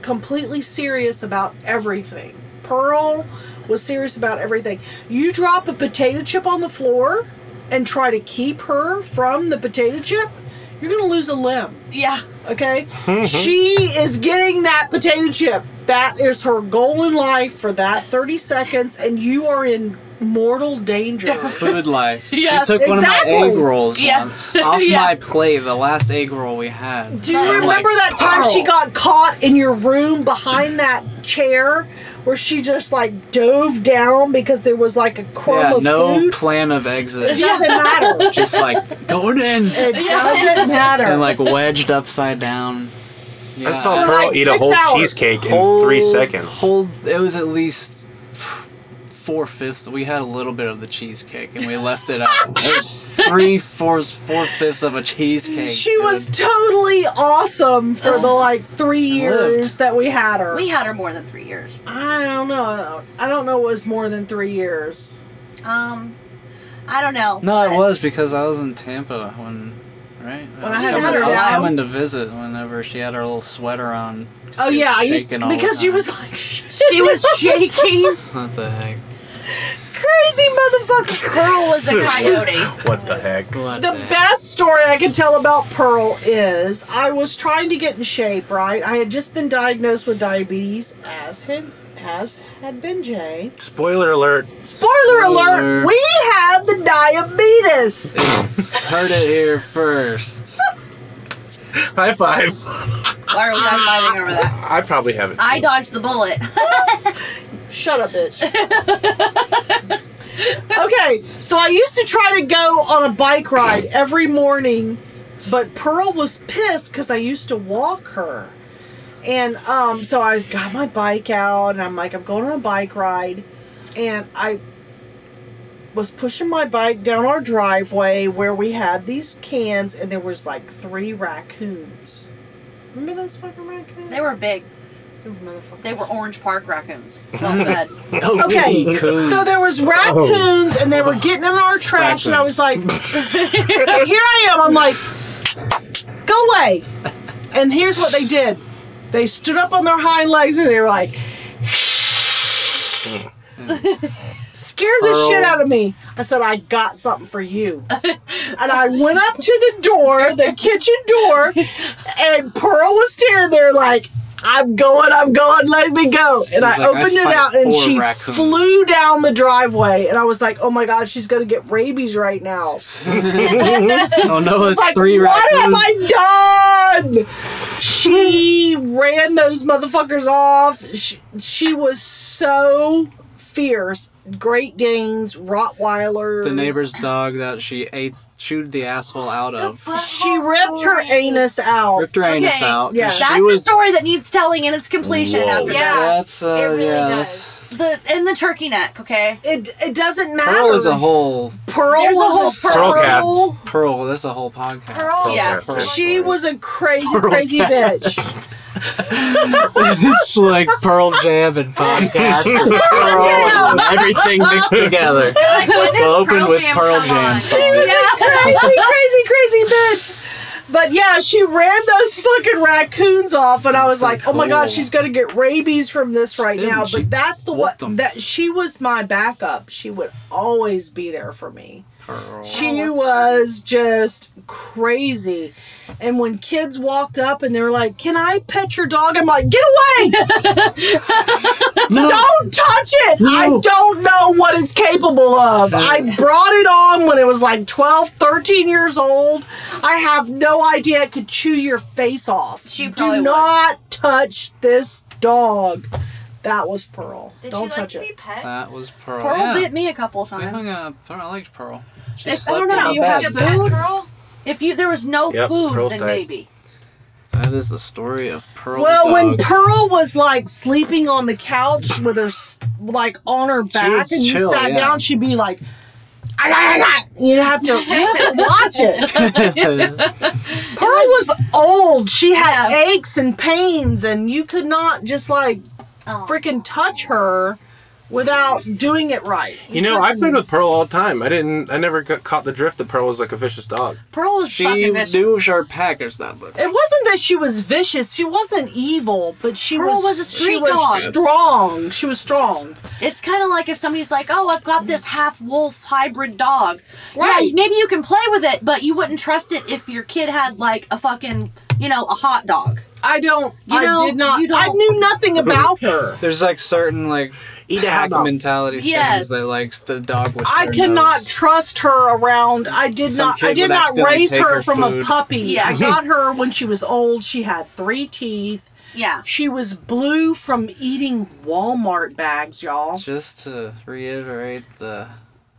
completely serious about everything. Pearl was serious about everything. You drop a potato chip on the floor and try to keep her from the potato chip, you're going to lose a limb.
Yeah.
Okay? she is getting that potato chip. That is her goal in life for that 30 seconds, and you are in mortal danger.
Food life.
Yes,
she took one of
exactly.
my egg rolls
Yeah.
once off
Yeah.
my plate. The last egg roll we had.
Do you
I'm like, oh.
remember that time she
"Pearl."
got caught in your room behind that chair where she just like dove down because there was like a crumb
Yeah,
of
no
food?
plan of
It
exit.
doesn't matter.
Just like going in
It doesn't matter.
and like wedged upside down. Yeah.
I saw
For
Pearl
like
eat a
six
whole
hours.
cheesecake in
Whole-
three seconds.
Whole. It was at least four fifths. We had a little bit of the cheesecake and we left it out. It was three fourths, four fifths of a cheesecake.
she was
dude.
totally awesome for
Oh.
the like three
lived.
years that we had her.
We had her more than three years.
I don't know. I don't know. It was more than three years.
Um, I don't know.
No, it
but-
was because I was in Tampa when, right?
When
was
I had
coming,
her
I was
down.
coming to visit whenever she had her little sweater on.
Oh
She
yeah,
was
I used
shaking all the
because she
time.
was like she
She was shaking.
What the heck?
crazy motherfucker.
Pearl was a coyote.
What the heck?
What
The
heck?
best story I can tell about Pearl is I was trying to get in shape, right? I had just been diagnosed with diabetes, as had, as had been Jay.
Spoiler alert.
Spoiler alert, we have the diabetes.
Heard it here first.
High five.
Why are we high fiving over that?
I probably haven't.
I dodged the bullet.
Shut up, bitch. okay, so I used to try to go on a bike ride every morning, but Pearl was pissed because I used to walk her. And um, so I got my bike out and I'm like, I'm going on a bike ride. And I was pushing my bike down our driveway where we had these cans, and there was like three raccoons Remember those fucking raccoons?
They were big.
They were motherfuckers.
They were Orange Park raccoons. Well fed.
Okay,
Coons.
so there was raccoons, and they were getting in our trash, and I was like, "Here I am." I'm like, "Go away!" And here's what they did: they stood up on their hind legs, and they were like, scared the shit out of me. I said, "I got something for you," and I went up to the door, the kitchen door, and Pearl was staring there like. I'm going, I'm going, let me go. And I
She's like, "I
opened it
fight
out and
for
she
raccoons."
flew down the driveway. And I was like, oh my God, she's going to get rabies right now.
oh no, it's
Like,
three
what have
raccoons.
I done? She ran those motherfuckers off. She, she was so fierce. Great Danes, Rottweilers.
The neighbor's dog that she ate, chewed the asshole out of,
She ripped her anus out.
ripped her anus out. 'cause
yeah.
she
That's a
was.
story that needs telling in its completion
Whoa.
after
Yeah.
that.
That's uh,
It really
yeah.
does.
That's,
The and the turkey neck, okay?
It, it doesn't matter.
Pearl is a whole
Pearl
There's a whole
was a
pearl.
Pearlcast.
Pearl. That's a whole podcast.
Pearl.
Yeah.
Pearl.
She was a crazy, crazy bitch.
it's like Pearl Jam and podcast. and Pearl and everything mixed together.
Like, when does
We'll open
Pearl
with
Jam
Pearl
come
Jam
on?
song.
crazy, crazy, crazy bitch. But yeah, she ran those fucking raccoons off, and I was
so
like, "Oh my god,
cool.
she's gonna get rabies from this right
Didn't
now."
she
But that's the what
whoop them?
that she was my backup. She would always be there for me.
Pearl.
She was just crazy. And when kids walked up and they were like, "Can I pet your dog?" I'm like, "Get away! Don't touch it! I don't know what it's capable of. I brought it on when it was like 12, 13 years old. I have no idea. It could chew your face off.
She probably
Do
would.
not touch this dog." That was Pearl.
Did
don't
she like
touch
to
it.
be pet?
That was Pearl.
Pearl
Oh, yeah.
bit me a couple
I hung
times.
out. with Pearl. I liked Pearl. She
I don't
slept
know,
in my
you
bed.
had
Pet
Food?
girl?
If you there was no
Yep,
food,
pearl's
then
tight.
maybe.
That is the story of Pearl.
Well,
the
when
dog.
Pearl was like sleeping on the couch with her s- like on her back,
was
and you
chill,
sat
yeah.
down, she'd be like, "I got, I got." You have to, you have to watch it. Pearl was old; she had
Yeah.
aches and pains, and you could not just like
Oh.
freaking touch her without doing it right.
You know, I played with Pearl all the time. I didn't. I never got, caught the drift that Pearl was like a vicious dog.
Pearl was
she
fucking vicious.
knew her package that much.
It wasn't that she was vicious; she wasn't evil, but she
Pearl
was,
was a
she
street
was
dog.
strong. She was strong.
It's kind of like if somebody's like, "Oh, I've got this half wolf hybrid dog."
Right.
Yeah, maybe you can play with it, but you wouldn't trust it if your kid had like a fucking, you know, a hot dog.
I don't.
You
I
know,
did not.
you
I
don't-
knew nothing about her.
There's like certain like
Eat a hot
pack
dog.
mentality things
Yes.
that likes the dog with.
I
their
cannot
nose.
trust her around. I did
Some
not.
kid
I did
would
not
accidentally
raise
take
her
her
from a
food.
puppy.
Yeah.
I got her when she was old. She had three teeth.
Yeah.
She was blue from eating Walmart bags, y'all.
Just to reiterate the.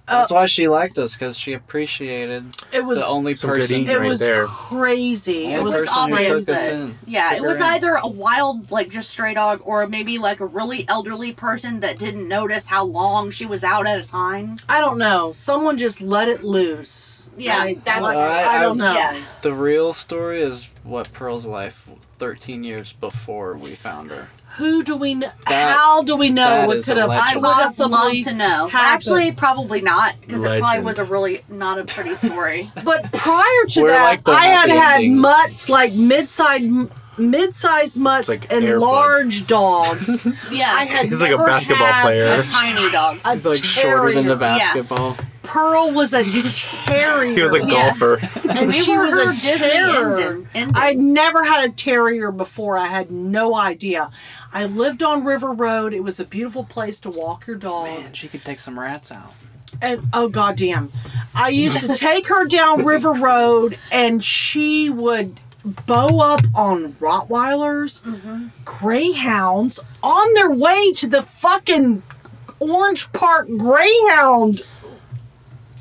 That's why she liked us because she appreciated
Uh, It was.
the only
Some good
person.
eating
It
right
was
there.
crazy. It
Only
was.
person who
Aubrey
took
said.
us in.
Yeah,
Took
it
her
was
in.
either a wild, like just stray dog, or maybe like a really elderly person that didn't notice how long she was out at a time.
I don't know. Someone just let it loose.
Yeah,
Like,
that's-
like,
I-
I, don't
I-
know.
Yeah.
The real story is what Pearl's life 13 years before we found her.
Who do we know?
That-
How do we know
that
what
is
could have
I
electric.
would
possibly
love to know.
happened?
Actually, probably not because it probably
Legend.
was a really not a pretty story.
But prior to
We're
that,
like the
I had
happy
had
ending.
mutts, like mid-sized, mid-sized mutts
It's like
and
Air Bud.
large dogs.
yeah,
I had
He's like a
never
basketball
had-
player.
tiny dog.
A
He's like shorter than the
terrier.
basketball.
Pearl was a terrier.
He was a
Yeah.
golfer.
and
We
she
were
was
her
a
Disney
terror.
ending- ending.
I'd never had a terrier before. I had no idea. I lived on River Road. It was a beautiful place to walk your dog.
Man, she could take some rats out.
and oh goddamn, I used to take her down River Road, and she would bow up on Rottweilers, Greyhounds on their way to the fucking Orange Park Greyhound.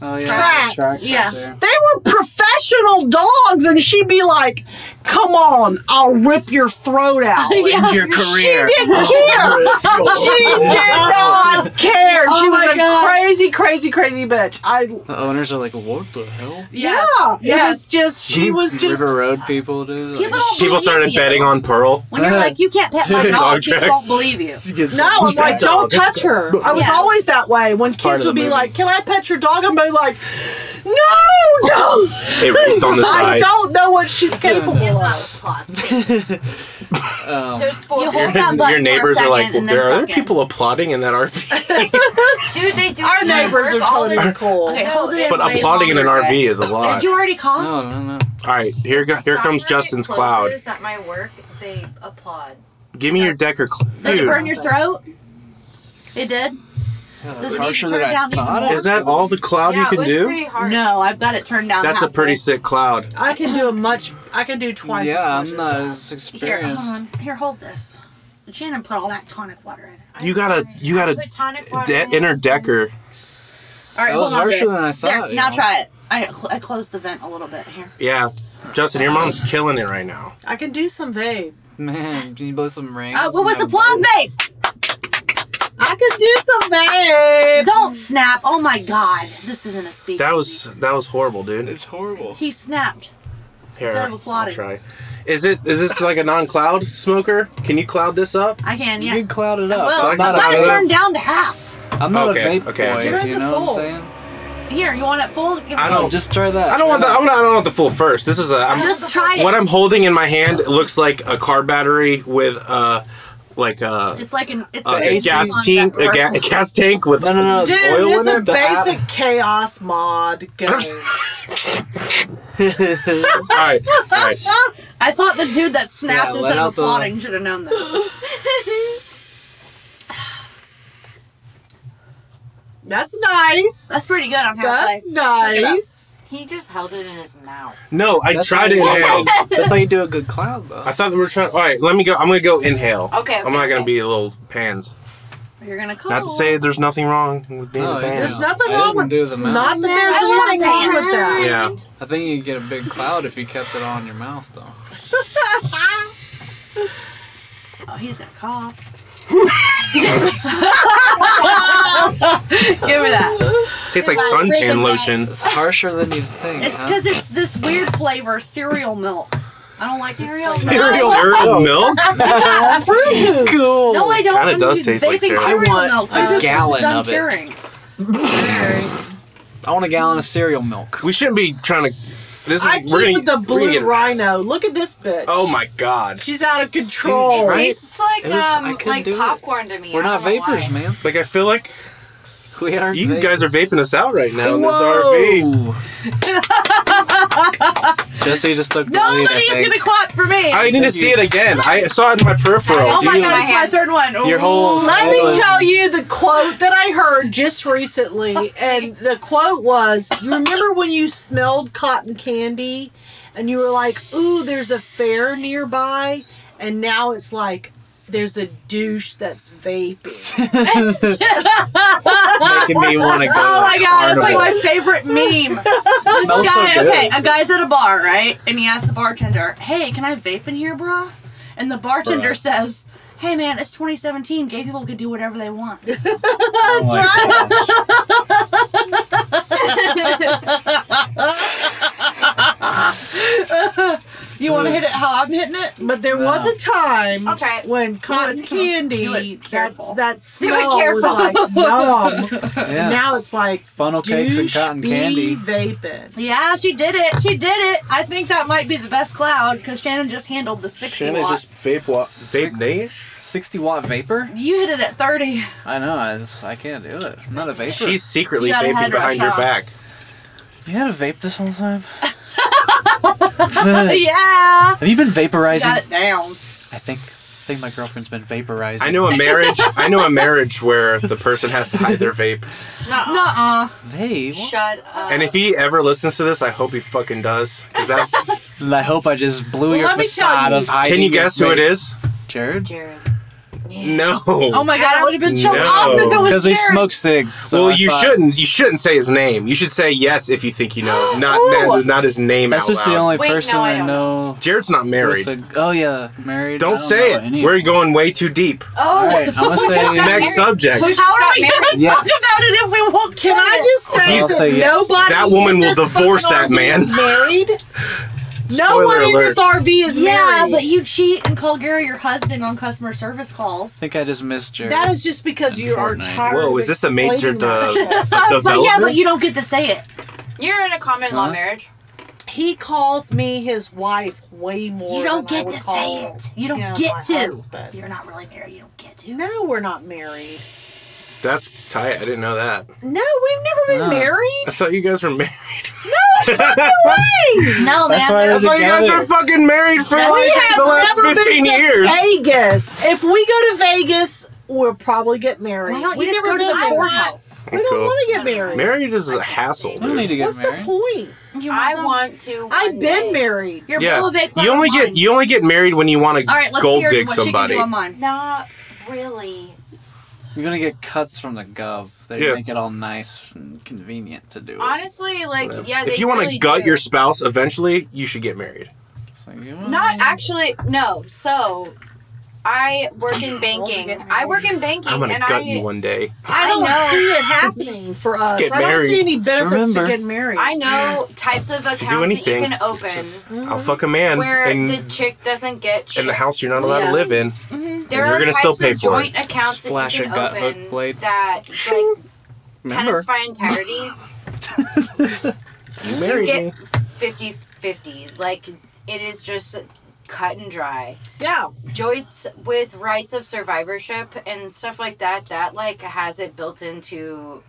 Oh yeah,
Track.
the tracks out
Yeah.
there.
They were professional dogs, and she'd be like, "Come on, I'll rip your throat out."
Yes.
Your
She
career.
didn't care. she did not care.
Oh
she was
my
a
God.
crazy crazy, crazy, crazy bitch. I
The owners are like, what the hell?
Yes.
yeah. It
Yes.
was just she was just
River Road people, dude.
People
Like,
don't
People
believe
started
you.
betting on Pearl.
When you're like, you can't pet my
Dog
dog, people
tracks.
don't believe you.
this gets-
No, I'm like, don't touch her. I was
Yeah.
always that way. When
part
kids
of
would
the
be
movie.
like, "Can I pet your dog?" I'm be like, "No, don't."
It raised on the
I
side.
don't know what she's capable
It's not
of.
applause.
Oh.
There's four.
You hold
people.
that butt
Your neighbors
for a
are
second
like,
and then
there are other
fuck it."
people applauding in that RV.
Dude, they do.
Our
it
neighbors are
at work all
totally
the-
cool.
Okay,
No,
hold it.
it-
But
Way
applauding in an
longer,
RV is a lot.
Did you already call?
Oh, No, no, no.
All right, here go, here
Stop
comes
when it
Justin's cloud.
closes At my work, they applaud.
Give me your Decker cloud,
Did it
dude.
burn your throat? It did?
Yeah,
Does
that's
it need to
harsher
turn
than
it down
I thought.
even
it
more?
Is that
was.
all the cloud
yeah,
you
it
can
was
do?
pretty hard.
No, I've got it turned down.
That's a
halfway.
pretty sick cloud.
I can do a much. I can do twice.
Yeah,
as much
I'm not
as
as
Here, hold
experienced.
on. Here, hold this. Shannon put all that tonic water in it.
You gotta- you gotta
Put tonic water
De-
in it.
inner Decker.
All right,
That was
hold on.
harsher
babe.
than I
There,
thought, you
now
know.
try it. I, I closed the vent a little bit here.
Yeah, Justin, your mom's killing it right now.
that. I can do some vape.
Man, can you blow some rain?
Uh, what was the applause based?
I can do some vape.
Don't snap. Oh my god. This isn't a speech.
That was that was horrible, dude.
It's horrible.
He snapped.
Here,
instead of
I'll
applauding.
try. Is it is this like a non-cloud smoker? Can you cloud this up?
I can,
You
yeah.
can cloud it up.
Well,
so
i
I'm
am
not a-
glad it
I'm not-
turned down to half.
I'm not
Okay,
a vape
okay,
boy.
okay.
Give
You
it the
know what I'm
full.
saying?
Here, you want it full? Give it
I
full.
don't-
Oh, just try that.
I don't want the
Try
I don't, I don't want the full first. This is a I'm,
Just try it.
what I'm holding in my hand looks like a car battery with uh like a,
it's like an it's
Uh, a,
an
a gas
on
tank
that
a, ga-
vertical-
a gas tank with
No, no, no.
Dude,
oil
it's
in
a
it, the
basic chaos mod game.
all right all right
I thought the dude that snapped
Yeah, let
instead of
out the-
applauding should have known that.
That's nice.
That's pretty good on halfway.
That's nice.
He just held it in his mouth.
no I
That's
tried
how
to
you-
inhale
That's how you do a good cloud, though.
I thought that we were trying all right let me go I'm gonna go inhale
Okay,
I'm not
okay,
gonna
okay.
be a little pans
You're gonna call.
not to say there's nothing wrong with being
Oh,
a
yeah.
pan
There's nothing
I
wrong
didn't
with-
do the mouth.
Not that there's
I love
anything wrong with
that.
that.
yeah
I think you'd get a big cloud if you kept it all in your mouth, though.
Oh, he's gonna cough. Give me that.
tastes like suntan lotion
It's harsher than you'd think.
It's
huh?
because it's this weird flavor, cereal milk. I don't like cereal milk.
cereal Oh. milk
cool.
No, I don't.
Kinda
I'm
does
vaping
taste like cereal. I
want
milk.
a
Cereal milk's
gallon
done
of it.
curing.
I want a gallon of cereal milk.
we shouldn't be trying to this is
I keep
we're gonna
with the
we're gonna
blue
get-
rhino. Look at this bitch.
oh my god
She's out of control.
right?
Tastes like
It was- I
um
couldn't
like
do it.
popcorn to me.
We're
I
not
don't know
vapors,
why.
man.
like I feel like
We aren't.
You
vapors.
guys are vaping us out right now in this RV.
Whoa. Jesse just took the lead. I
Nobody is
think.
gonna clap for me.
I need to see it again. I saw it in my peripheral.
oh my
you-
god, it's my
hand.
third one.
Your whole.
Let me
was-
tell you the quote that I heard just recently. And the quote was You remember when you smelled cotton candy and you were like, Ooh, there's a fair nearby? And now it's like, There's a douche that's vaping.
making me want to go.
Oh my god, it's like
carnival.
my favorite meme. this
Smells so
guy,
good.
okay, a guy's at a bar, right? And he asks the bartender, "Hey, can I vape in here, bro?" And the bartender
Bruh.
says, "Hey, man, it's 2017. Gay people can do whatever they want."
Oh my God.
You want to hit it how I'm hitting it?
But there was a time
I'll try it.
when cotton
come on. Do
candy,
it
that,
careful.
that
it
smell was
careful.
like yum.
Yeah.
Now it's like
Funnel cakes and
douche
cotton
be
candy.
vaping.
Yeah, she did it. She did it. I think that might be the best cloud because Shannon just handled the 60 watt.
vape wa-
Sick.
niche.
60 watt vapor?
You hit it at 30.
I know. I, just, I can't do it. I'm not a vapor.
She's secretly
You got a
vaping
head
behind
rush
your
on.
back.
You had a vape this whole time?
Yeah.
Have you been
You got
vaporizing?
it down.
I think I think my girlfriend's been vaporizing.
I know a marriage. I know a marriage where the person has to hide their vape.
Nuh-uh.
Nuh-uh. Oh
vape.
Shut up.
And if he ever listens to this, I hope he fucking does. 'cause that's.
And I hope I just blew
Well,
your
let me tell
facade
you-
of hiding.
Can you
your
guess who it
vape.
is?
Jared?
Jared.
No.
Oh my god, it would have been so
No.
awesome if it was
Because he
Jared.
smokes cigs. so
well,
I
you
thought-
shouldn't. You shouldn't say his name. You should say yes if you think you know. it. Not
Ooh.
not his name.
That's
out
just
loud.
the only
Wait, no,
person
I
I
don't
know.
Jared's not married.
with a- oh yeah, married. I
Don't say
know
it.
any-
We're going way too deep.
Oh,
All right, I'm gonna
we just
say-
got
Next
married.
subject.
We just
How are
got
we going
married.
to
Yes.
talk about it if we won't
Can I just say,
I'll
that
say yes.
nobody?
That woman
in
will
this
divorce
fucking
that
RV
man.
Is married. no
Spoiler
one in this
alert.
RV is
Yeah,
married.
but you cheat and call Gary your husband on customer service
I
calls.
think I just missed Jared.
that is just because you are
Fortnite.
tired.
Whoa,
of
is this a major uh,
explaining that
de-
shit.
But yeah,
development?
but you don't get to say it.
You're in a common law
Huh?
marriage.
He calls me his wife way more.
You don't
than I
get
would
to say
call,
it. You don't
know, my
get to.
husband.
You're not really married. You don't get to.
No, we're not married.
That's tight. I didn't know that.
No, we've never been
No.
married.
I thought you guys were married.
No,
That's
man.
why
I
they're
thought you guys
together.
were fucking married for
We
like
have
the last
never been
15
to
years.
Vegas. If we go to Vegas, we'll probably get married.
Why don't you
We've
just go
never
to
been
the
married.
courthouse?
We don't
Cool.
want to get married.
Marriage is a hassle,
I don't need
dude.
to get
What's
married.
the point?
You want
I
some-
want to.
I've
one
been
day.
married.
your
Yeah,
Boule Vic
you only
lemon
get you only get married when you want to
wine. All right, let's
gold
hear
dig
what she can do
somebody.
on mine.
Not really.
You're gonna get cuts from the gov. They
Yeah.
make it all nice and convenient to do it.
Honestly, like yeah.
if
they
you want to
really
gut
do.
your spouse, eventually you should get married.
It's like, you
Not actually. No. So, I work in banking.
get married.
I work in banking,
I'm gonna
and
gut
I
you one day.
I
I
don't
know.
see it happening for us.
get
I don't see
married.
any benefits to
remember.
get married.
I know types of accounts that you
anything,
can open
Just, I'll fuck a man
Mm-hmm. where
and
the chick doesn't get. Shit.
in the house you're not allowed
Yeah.
to live in.
There
and you're
are
gonna
types
still pay
of
for it.
joint accounts
Splash
that
a
you
gut
can
hook
open
blade.
that like
remember?
tenants by entirety.
You
you
married me.
get 50 50 like it is just cut and dry
Yeah.
joints with rights of survivorship and stuff like that that like has it built into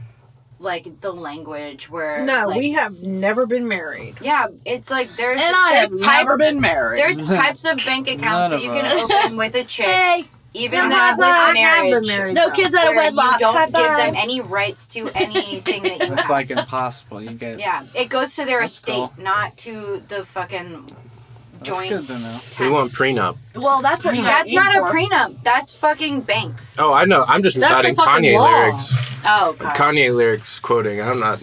like the language where
No,
like-
we have never been married.
yeah it's like there's
And I have
there's, type,
never been married.
there's types of bank
None
accounts that you
of
can
us.
open with a chick
hey,
even
I
that
have-
with
I have
marriage
been married.
no kids out of
where
wedlock.
you
High
don't give
five.
them any rights to anything that
It's
you have
like impossible. You get.
yeah it goes to their
That's
estate
cool.
not to the fucking
That's
joint
good to know.
We
tax.
want prenup.
Well, that's what you got
That's
in
not a
for.
prenup. That's fucking banks.
Oh, I know. I'm just
That's the
reciting
fucking
Kanye
law.
lyrics.
Oh, God.
Kanye lyrics quoting. I'm not.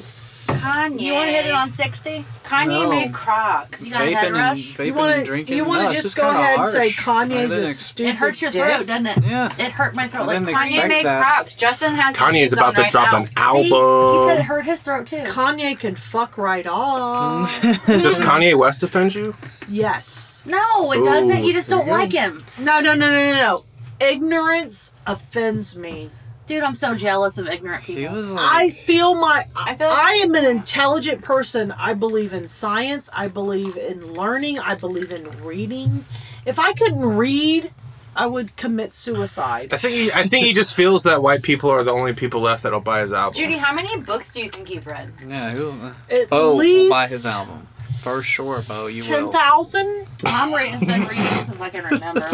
Kanye.
You want to hit it on sixty?
Kanye
No.
made
You
Crocs.
got a head
Vaping and,
rush?
vaping
You wanna-
and drinking.
you wanna
No, it's
just go
kinda
ahead and say
harsh.
Kanye's
I didn't
a
ex-
Stupid
it hurts your
dick.
throat, doesn't it?
Yeah.
It hurt my throat.
I
Like
didn't
Kanye
Kanye
expect
made.
made
that.
Crocs. Justin has.
Kanye is
Yeezys on
about to
right
drop
now.
an
See? He said it
album.
hurt his throat too.
Kanye can fuck right off.
Does Kanye West offend you?
yes.
no, it
Ooh,
doesn't. You just
there
don't
you go.
like him,
No, no, no, no, no, no. Ignorance offends me.
dude. I'm so jealous of ignorant
He
people.
was like.
I feel my. I,
I feel-
I am an intelligent person. I believe in science. I believe in learning. I believe in reading. If I couldn't read, I would commit suicide.
I think he, I think he just feels that white people are the only people left that'll buy his album.
Judy, how many books do you think you've read?
yeah. Who,
At
Bo will buy Oh,
least
his album for sure. Bo, you
ten
will.
thousand.
Mom re- has been reading since I can remember.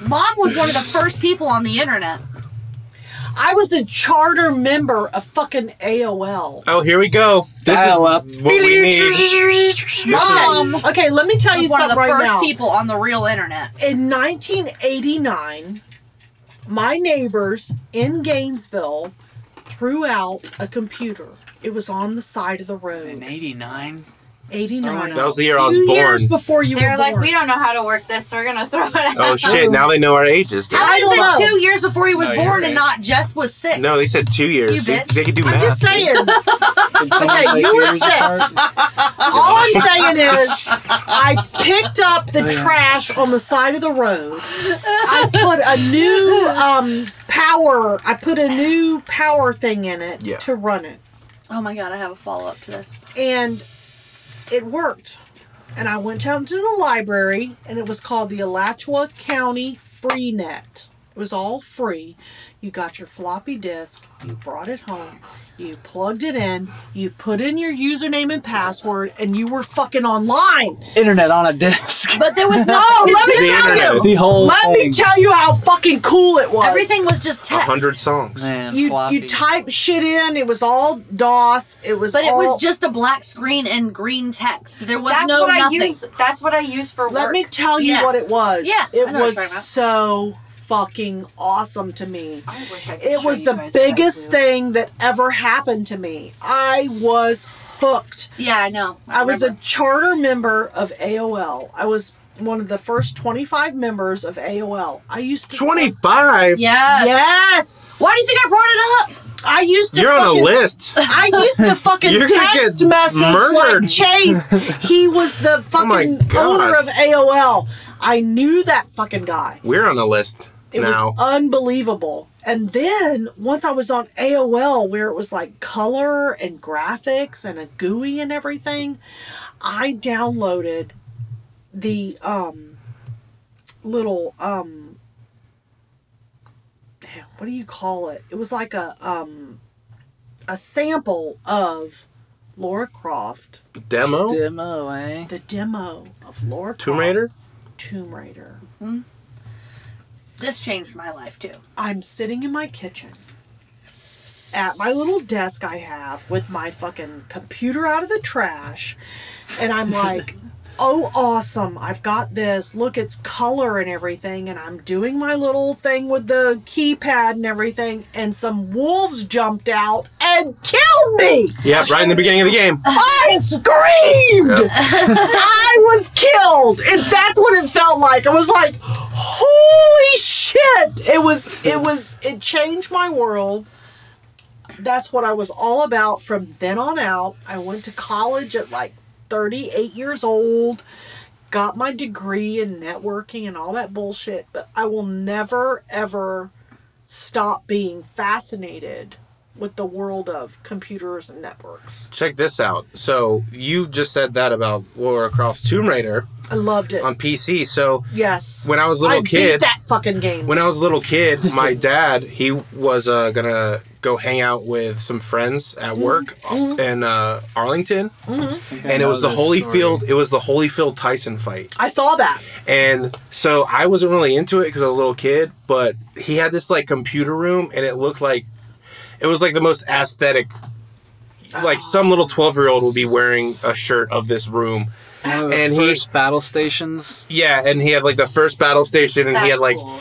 Mom was one of the first people on the internet.
I was a charter member of fucking AOL.
oh, here we go. This
Dial
is
up.
what we need.
Mom
Okay, let me tell you
was one of
something
the
right
first
now.
people on the real internet.
In 1989, my neighbors in Gainesville threw out a computer. It was on the side of the
In
road.
'89.
89.
That was the year I was
Two
born.
years before you
They're
were
like,
born.
we don't know how to work this. so We're gonna throw it out.
Oh shit! Now they know our ages. dude.
How
I
is
don't
it
know.
two years before he was
No, you're
born
right.
and not just was six?
No, they said two
You
years. They,
bitch.
they could do
I'm
math.
just saying.
Did someone
Okay,
say
you
two
were
years
six.
apart?
All I'm saying is, I picked up the trash on the side of the road. I put a new um, power. I put a new power thing in it
Yeah.
to run it,
Oh my god, I have a follow up to this.
and it worked. And I went down to the library, and it was called the Alachua County Free Net. It was all free. You got your floppy disk. You brought it home. You plugged it in. You put in your username and password, and you were fucking online.
Internet on a disc.
But there was no.
Oh, let me
The
tell
internet.
you.
the whole
Let
thing.
me tell you how fucking cool it was.
Everything was just
A
text.
hundred songs.
Man,
you you
floppy.
type shit in. It was all DOS. It was.
But it
all,
was just a black screen and green text. There was
That's
no
what I
nothing.
use. That's what I use for
Let
work.
me tell you
Yeah.
what it was.
Yeah, I
it
know what
was
you're talking about.
so fucking awesome to me.
I wish I could
It
show
was
you
the
guys that
biggest
too.
thing that ever happened to me. I was hooked.
Yeah, I know.
I was a
remember.
charter member of AOL. I was one of the first 25 members of AOL. I used to
25?
Yes.
Yes.
Why do you think I brought it up?
I used to
You're on a
fucking-
list.
I used to fucking
You're gonna
text
get
message
murdered. Oh
like Chase. He was the
my
fucking
God.
owner of AOL. I knew that fucking guy.
We're on a list
It
now.
was unbelievable. And then once I was on AOL, where it was like color and graphics and a GUI and everything, I downloaded the um, little um, damn, what do you call it? It was like a um, a sample of Laura Croft,
Demo?
Demo, eh?
the demo of Laura
Tomb
Croft,
Raider?
Tomb Raider.
This changed my life too.
I'm sitting in my kitchen at my little desk I have with my fucking computer out of the trash. And I'm like, oh, awesome. I've got this. Look, it's color and everything. And I'm doing my little thing with the keypad and everything. And some wolves jumped out and killed me.
Yep, right in the beginning of the game.
I screamed. I was killed. And that's what it felt like. I was like, holy shit. It was, it was, it changed my world. That's what I was all about from then on out. I went to college at like 38 years old, got my degree in networking and all that bullshit, but I will never, ever stop being fascinated with the world of computers and networks.
Check this out. So, you just said that about Laura Croft's Tomb Raider
I loved it.
on PC. So,
Yes.
Um, when I was a little
I beat
kid,
that fucking game.
when I was a little kid, my dad he was uh, gonna go hang out with some friends at work
Mm-hmm.
in uh, Arlington, and it was the Holyfield. It was the Holyfield Tyson fight,
I saw that.
and so I wasn't really into it because I was a little kid. But he had this like computer room, and it looked like it was like the most aesthetic. Like
Ah.
some little twelve year old would be wearing a shirt of this room.
One of the
And he-
first battle stations.
Yeah, and he had like the first battle station, and
That's
he had like
cool.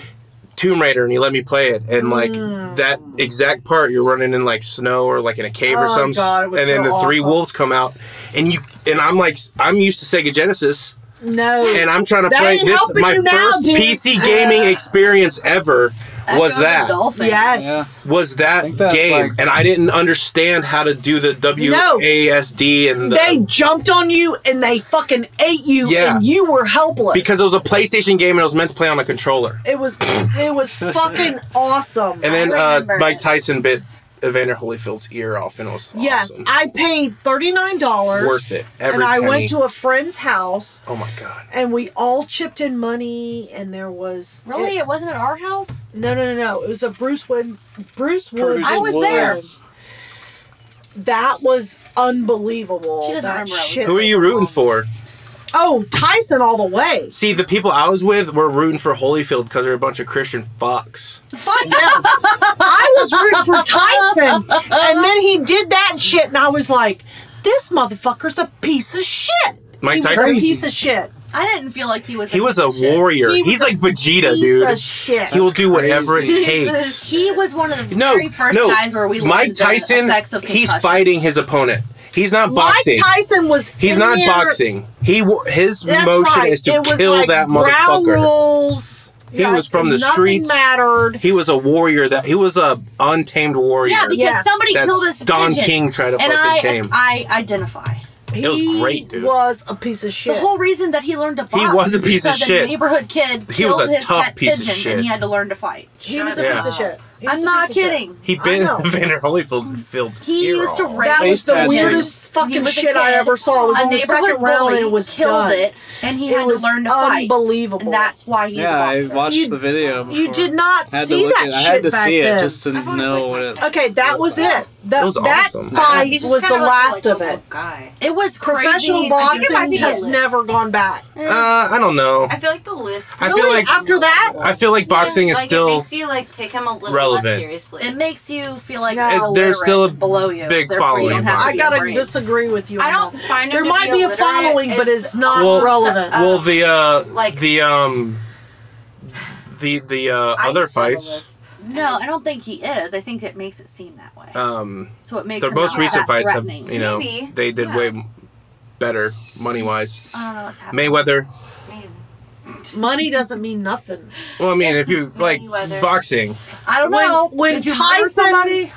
Tomb Raider and he let me play it and like
Mm.
that exact part you're running in like snow or like in a cave or
Oh,
something
God, it
and
was
then the
so
three
awesome.
wolves come out and you and I'm like I'm used to Sega Genesis
No.
and I'm trying to
That
play
ain't
this
helping
my
you now,
first
dude.
PC gaming experience ever was that
Dolphin.
yes.
was that
think that's
game
like-
and I didn't understand how to do the WASD and the,
They jumped on you and they fucking ate you
Yeah.
and you were helpless.
because it was a PlayStation game and it was meant to play on a controller
it was it was fucking awesome.
and then
I
uh,
remember
Mike
it.
Tyson bit Evander Holyfield's ear off and it was
yes,
awesome.
I paid thirty nine dollars.
Worth it. Every
and I
penny.
went to a friend's house
oh my god
and we all chipped in money and there was
Really?
it-
It wasn't at our house?
no no no no it was a Bruce Wins Bruce Woods.
I was there.
Woods.
That was unbelievable.
She doesn't
that
remember.
shit.
Who are you rooting for?
Oh, Tyson all the way.
See, the people I was with were rooting for Holyfield because they're a bunch of Christian fucks.
Fuck him. I was rooting for Tyson. And then he did that shit, and I was like, this motherfucker's a piece of shit.
Mike
he was a
Tyson?
piece of shit.
I didn't feel like he was.
He was a
piece of shit.
warrior.
He was
He's like Vegeta,
piece
dude.
of shit.
He will do whatever
crazy.
it takes.
He was one of the
No,
very first
no.
guys where we
Mike
learned the
Tyson,
effects of
he's
concussion.
fighting his opponent. He's not boxing.
Mike Tyson was.
he's
in
not
there-
boxing. He wa- his
That's
motion
right.
is to
it was
kill
like
that
ground
motherfucker.
Rules.
He was from the
nothing
streets.
mattered.
He was a warrior. That he was a untamed warrior.
Yeah, because
Yes.
somebody
That's
killed his
Don
pigeon.
King tried to
and
fucking
I,
tame.
I identify.
He
It was great, dude.
was a piece of shit.
The whole reason that he learned to box
was a
is
piece of
because a
shit.
neighborhood kid
He was
killed
a
his
tough
pet
piece of
pigeon
shit.
And he had to learn to fight.
he was a
Yeah.
piece of shit. He was
I'm
a
not
piece of shit.
kidding.
he
I
bit
know.
Evander Holyfield. Field's
He
ear
used to
off.
rape
That was
Face
the
tattoo.
weirdest
He
fucking
was a
shit I
kid.
ever saw. It was
a
in the
neighborhood
second round
bully
and it was
killed
done.
it, and he
It
had to
was
learn to fight.
unbelievable.
And that's why he's
Yeah,
a
I
boxer.
watched
You-
the video. Before.
you did not
I had
see
to look
that shit
it. I had to
back
see
then.
it just to
I've always
know what
liked
it.
my-
Okay, that was it. That,
It was
that
awesome.
fight
He's just
was the
kinda like a-
last
like
of
a
it.
little Guy.
It was crazy.
Professional
I think it might
boxing
be a
has
list.
never gone back.
Uh, I don't know.
I feel like the list.
I feel
Really?
like
after that,
I feel like boxing
Yeah,
is
like, It
still
makes you like take him a little
relevant.
less seriously.
It makes you feel like
It-
you're
there's
illiterate
still a
below you.
big
Therefore, you
following
don't have
behind
to
I
be
gotta
afraid.
disagree with you.
I
on
don't
that.
find him
there
to
might
be
be a
illiterate.
following, but
It's
it's not
Well-
relevant.
uh,
well the uh
like-
the um the the uh,
I
other
used to have a
fights.
lisp.
No, I don't think he is. I think it makes it seem that way.
Um,
so it makes
their
it
most
not
recent
that
fights have
threatening.
you know
Maybe.
they did
Yeah.
way m- better money wise.
I don't know what's Oh, happening.
Mayweather.
Man.
Money doesn't mean nothing.
Well, I mean, if you like
Mayweather.
boxing,
I don't
When-
know.
when
Did you
Tyson-
murder somebody?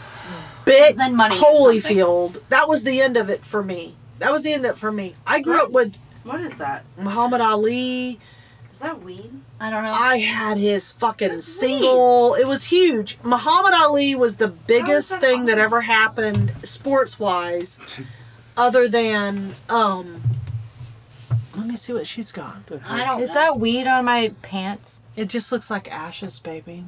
Bit
Then money is
Holyfield. That was the end of it for me. That was the end of it for me. I grew up with
What is that?
Muhammad Ali.
Is that weed?
I don't know.
I had his fucking
That's
single. It was huge. Muhammad Ali was the biggest
that
thing that
possible?
ever happened sports wise, other than um. Let me see what she's got.
I don't.
Is
know.
that weed on my pants?
It just looks like ashes, baby.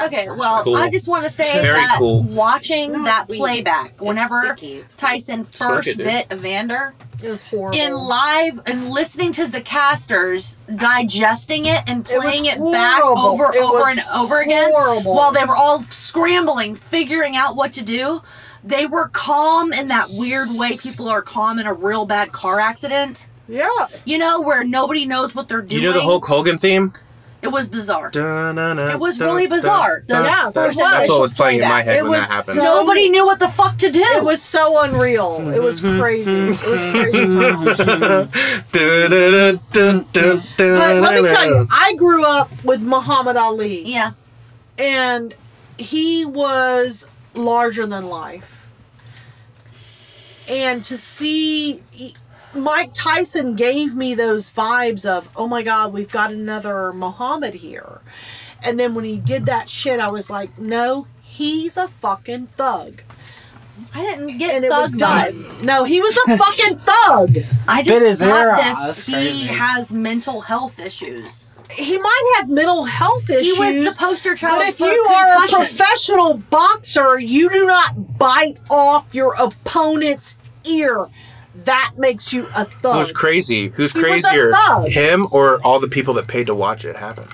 Okay, well,
Cool.
I just want to say
Very
that
cool.
watching
No,
that
it's weed.
playback,
It's
whenever
sticky. It's
Tyson
Smirk
first
it, dude.
bit Evander
It was horrible.
in live and listening to the casters digesting it and
It was
playing it, back
horrible.
over
It
over
was
and over again
horrible.
while they were all scrambling, figuring out what to do. They were calm in that weird way people are calm in a real bad car accident.
yeah.
You know, where nobody knows what they're
you
doing.
know the Hulk Hogan theme.
It was bizarre.
It
It was really bizarre. The
Yeah,
That's,
so it
that's,
was.
what was playing in my
Playback.
head
It
when that
was
happened.
so-
Nobody knew what the fuck to do.
It was so unreal. It was crazy. It was crazy. times.
Dun, dun, dun, dun, dun,
But let me
dun,
tell you,
dun.
I grew up with Muhammad Ali.
yeah.
and he was larger than life. And to see Mike Tyson gave me those vibes of, oh my God, we've got another Muhammad here. And then when he did that shit, I was like, no, he's a fucking thug.
I didn't get
And it
thug
was not.
vibe.
No, he was a fucking thug.
I
Bit
just
his ear
got
off.
this.
That's
He
crazy.
has mental health issues.
He might have mental health
He
issues.
was the poster child
But if
for
you are a
concussion.
professional boxer, you do not bite off your opponent's ear. That makes you a thug.
Who's crazy? Who's
He was a
crazier,
thug.
him or all the people that paid to watch it happen?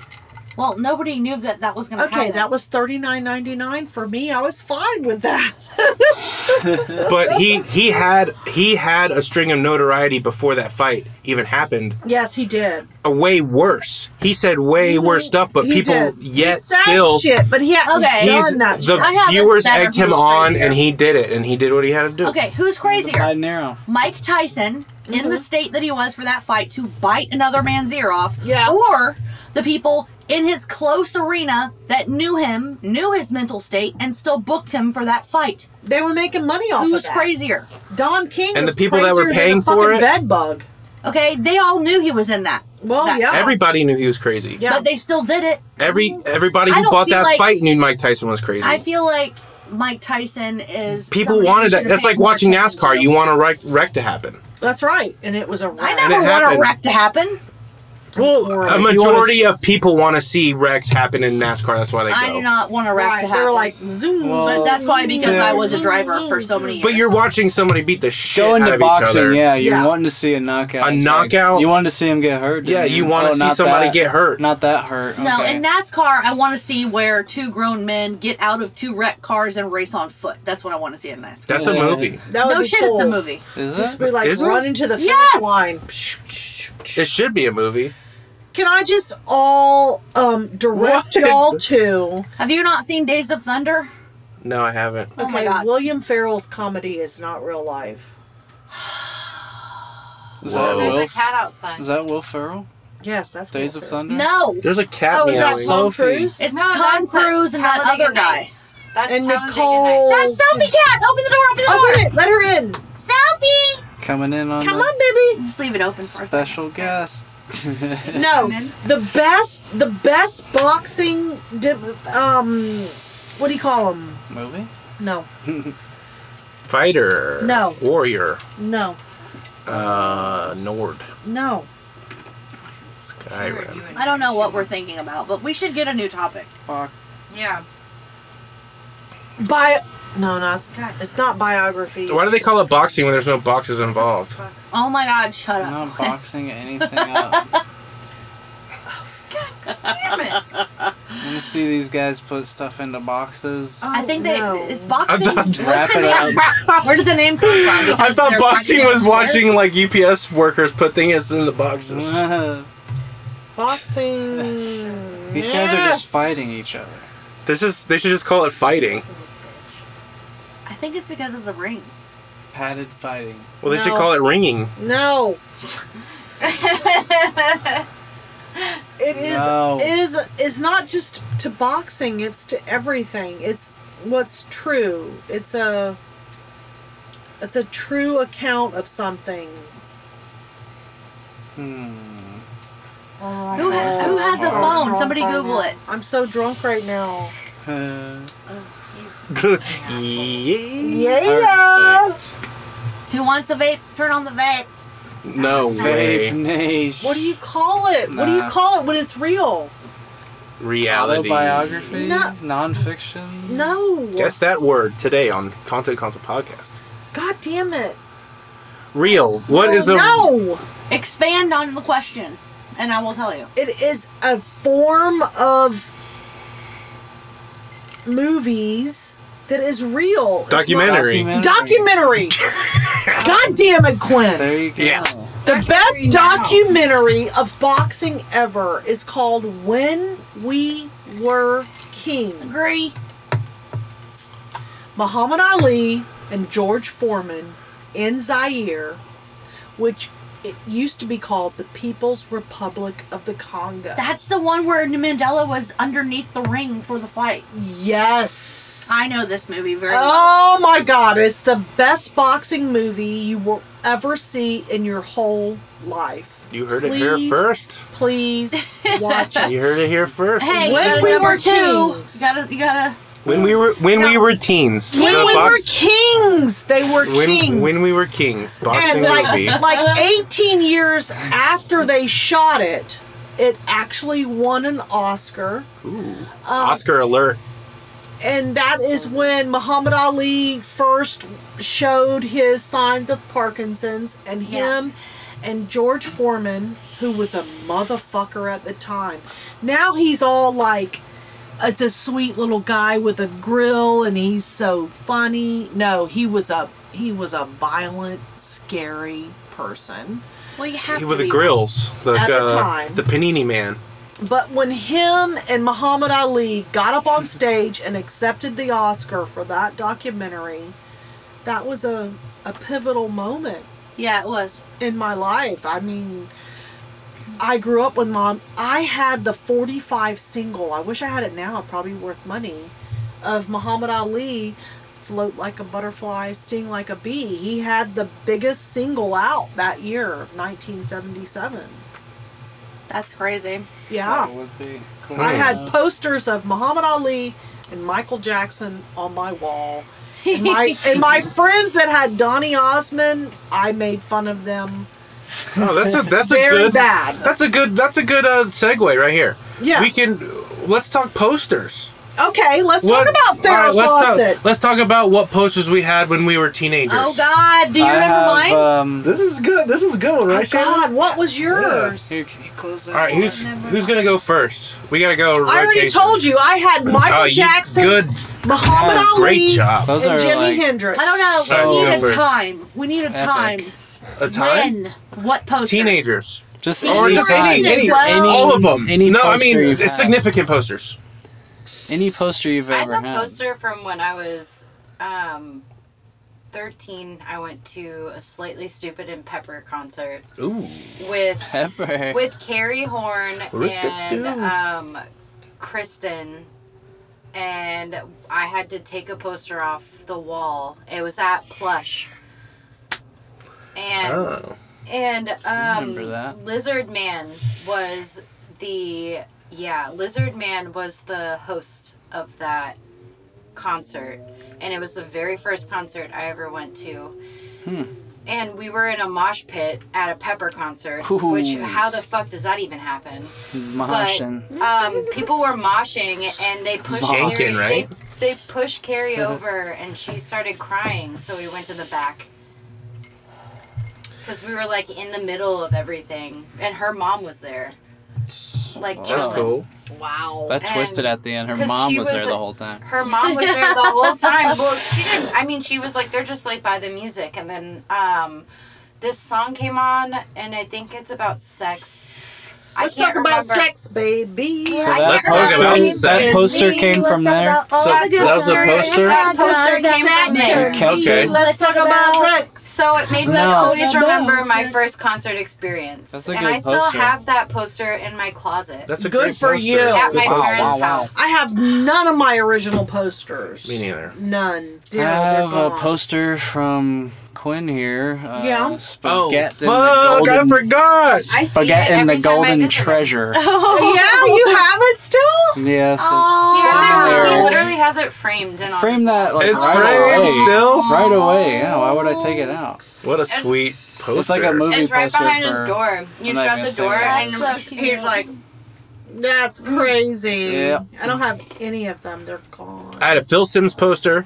well, nobody knew that that was going to happen.
okay, that was thirty nine ninety nine for me. I was fine with that.
But he he had he had a string of notoriety before that fight even happened.
yes, he did.
Uh, way worse. He said way worse stuff, but
He
people
did.
yet
he said
still
shit, but he hadn't
Okay.
he's
done that. shit.
I
the
have a
viewers
better
egged him
who's
on
crazier.
and he did it and he did what he had to do.
Okay, who's
By
crazier?
Nero.
Mike Tyson
Mm-hmm.
in the state that he was for that fight to bite another man's ear off,
Yeah.
or the people in his close arena that knew him, knew his mental state, and still booked him for that fight.
They were making money off
Who's
of that.
crazier?
Don King
And the
was
people that were
crazier than
paying
a
for
fucking
it?
Bed bug.
Okay, they all knew he was in that,
Well,
That's-
yeah.
Everybody knew he was crazy.
Yeah.
but they still did it.
Every everybody
I
who
don't
bought
feel
that
like-
fight knew Mike Tyson was crazy.
I feel like Mike Tyson is.
People
somebody who
wanted
should
that.
have
That's
paid
like
more
watching
attention
NASCAR.
to.
You want a wreck, wreck to happen.
That's right, and it was a
I
wreck.
And it
never want
happened.
a wreck to happen.
Well, a
horrible.
majority of people want to see wrecks happen in NASCAR. That's why they go.
I do not want a wreck
Right,
to
They
happen.
were like zoom.
Well,
but that's probably because I was a
zoom,
driver for
zoom,
so many years.
But you're watching somebody beat the shit
Go
out
into
of each
boxing,
other.
yeah. You're
Yeah.
wanting to see a knockout.
A
It's like-
knockout?
you wanted to see him get hurt.
Yeah,
didn't "Oh,
you want to see
Mm-hmm. not
somebody
that-
get hurt.
Not that hurt.
No,
okay.
in NASCAR, I want to see where two grown men get out of two wrecked cars and race on foot. That's what I want to see in NASCAR.
That's a
Yeah.
movie.
That would
no
be
shit,
cool.
it's a movie.
Is
Just
it?
be like
Is it?
run into the finish
Yes!
line.
It should be a movie.
Can I just all um, direct
What?
y'all to? oh
Have you not seen Days of Thunder?
No, I haven't.
Oh my
okay,
God.
William Farrell's comedy is not real life.
Is
Whoa.
that,
There's
Oh, Will,
a cat outside.
is that Will Ferrell?
Yes, that's
Days
Will
of
Ferrell.
Thunder?
No.
There's a cat
Oh, is that
meowing.
Sophie.
Tom Cruise.
It's
No,
Tom
that's a-
Cruise and that
Talladega
other guy.
Nights. That's
And
Talladega
Nicole-
Nights.
That's Sophie Cat! Open the door, open the door!
Open it. Let her in.
Sophie!
Coming in on
Come
the
on, baby.
Just leave it open for a second.
special guest.
No,
in.
the best, the best boxing. Di- um, what do you call him?
Movie?
No,
Fighter.
No.
Warrior.
no,
Uh, Nord.
no.
Skyrim.
I don't know what we're thinking about, but we should get a new topic.
Fuck.
Yeah.
Bio. No, no, it's, it's not biography.
Why do they call it boxing when there's no boxes involved?
Oh my god, shut
I'm
up.
not boxing anything up. I
Damn it.
want to see these guys put stuff into boxes.
I think they
No.
is boxing.
I thought-
what's the
Wrap it
name- Where did the name come from?
I
Because
thought
they're
boxing
practicing
was
squares?
watching like E UPS workers put things in the boxes.
Whoa.
Boxing.
These guys are just fighting each other.
This is they should just call it fighting.
I think it's because of the ring.
Padded fighting.
Well, they should
No.
call it ringing.
No. it is
No.
it is it's not just to boxing, it's to everything. It's what's true. It's a it's a true account of something.
Hmm.
Who has, who has a phone? Somebody Google it.
I'm so drunk right now.
Uh,
yeah.
perfect.
Who wants a vape? Turn on the vape.
No
Vape
way.
Nation.
What do you call it? What do you
Nah.
call it when it's real?
Reality.
Autobiography?
No.
Nonfiction?
No.
Guess that word today on Content Console Podcast.
God damn it.
Real. What is a
No.
Expand on the question, and I will tell you.
It is a form of movies that is real. It's
documentary?
not- Documentary. God damn it, Quinn.
There you go.
Yeah.
The best
now.
documentary of boxing ever is called When We Were Kings.
Agree.
Muhammad Ali and George Foreman in Zaire, which it used to be called the People's Republic of the Congo.
That's the one where Mandela was underneath the ring for the fight.
yes.
I know this movie very well.
Oh my god, it's the best boxing movie you will ever see in your whole life.
You heard it here
Please,
first.
Please watch it.
You heard it here first.
Hey,
When
when
we
we were
were
two,
teens.
you gotta, you gotta.
When we were when we were teens.
When
the
we were
box-
kings, they were kings.
when, when we were kings. Boxing
and like, uh,
movie.
like 18 years after they shot it, it actually won an Oscar.
Oscar alert.
And that is when Muhammad Ali first showed his signs of Parkinson's, and
Yeah.
him and George Foreman, who was a motherfucker at the time. Now he's all like, it's a sweet little guy with a grill, and he's so funny. No, he was a he was a violent, scary person.
Well, you have
He
to
with the
be.
grills. The,
At the
uh,
time.
the panini man.
But when him and Muhammad Ali got up on stage and accepted the Oscar for that documentary, that was a, a pivotal moment
Yeah, it was.
in my life. I mean, I grew up with mom. I had the 45 single. I wish I had it now, probably worth money, of Muhammad Ali float like a butterfly, sting like a bee. He had the biggest single out that year of 1977.
That's crazy.
Yeah.
That would be cool.
Oh.
I had posters of Muhammad Ali and Michael Jackson on my wall. And my, and my friends that had Donny Osmond, I made fun of them
Oh, that's a that's a
very
good
bad.
that's a good that's a good uh, segue right here.
Yeah.
We can let's talk posters.
Okay, let's
What-
talk about
all
Farrah
right, let's
Fawcett.
talk, let's talk about what posters we had when we were teenagers.
Oh God, do you
I
remember
have,
mine?
Um,
This is good. This is a good one,
Oh,
right? Shannon?
God, what was yours?
here, can you close that?
All right, who's who's gonna go first? We gotta go.
I already
rotation.
told you I had Michael
Oh, you-
Jackson,
Good.
Muhammad
Oh,
Ali,
great job.
Those
and
are
Jimi
like,
Hendrix.
I don't know.
So
we need a
epic.
time. We need a
Epic.
time.
A time.
When? What posters?
Teenagers.
just
Or
any,
just
time,
any- any- Well-
All of them.
Any
no, I
poster
mean
you've
it's
had.
significant posters.
Any poster you've
I had
ever
the
had.
poster from when I was um, 13. I went to a Slightly Stupid and Pepper concert
Ooh.
with
Pepper.
with Carrie Horn and
Ru-du-du.
um, Kristen. And I had to take a poster off the wall. It was at Plush. And
Oh.
and
remember that.
um, Lizard Man was the yeah Lizard Man was the host of that concert, and it was the very first concert I ever went to.
Hmm.
And we were in a mosh pit at a Pepper concert, which
Ooh.
how the fuck does that even happen?
Mosh and
Um, people were moshing, and they pushed
Zonkin',
Carrie,
right?
they, they pushed Carrie over, and she started crying. So we went to the back because we were like in the middle of everything, and her mom was there, like
That's
Oh.
chilling.
cool.
Wow.
that twisted at the end. Her
um, 'cause
mom
she
was,
was
there
a-
the whole time.
Her mom was there the whole time. Well, she didn't. I mean, she was like they're just like by the music, and then um, this song came on, and I think it's about sex. I
Let's
can't
talk about
remember.
sex, baby.
So
I
that
can't remember.
poster,
Let's
that
talk
poster came from there. So that was a poster.
That poster came from there.
Okay.
Let's talk about sex.
So it made me
No.
always remember my first concert experience.
That's a
and
good
I still
poster.
have that poster in my closet.
That's a
Good
great
for
poster.
you.
at my
Wow, wow,
parents'
wow.
house.
I have none of my original posters.
Me neither.
None.
I
Zero. they're
have a
gone.
poster from Quinn here. Uh,
Yeah.
Oh,
Spaghetti and the
fuck! I
Golden-
forgot.
I see it
Spaghetti and
every
the
time I
Golden
visit it.
Treasure.
oh,
Yeah, you have it still?
Yes.
He, has it- Oh, he
Wow.
literally has it framed and all.
Frame
this-
that like
It's
right
framed
away.
still.
Right away. Yeah. Why would I take it
Oh.
out?
What a sweet poster.
It's like a movie
It's right
poster
behind his
for-
door. You
I'm not
shut
even
the
saying
door
that.
and
That's so cute.
he's like,
That's crazy.
Yeah.
I don't have any of them. They're gone.
I had a Phil Simms poster.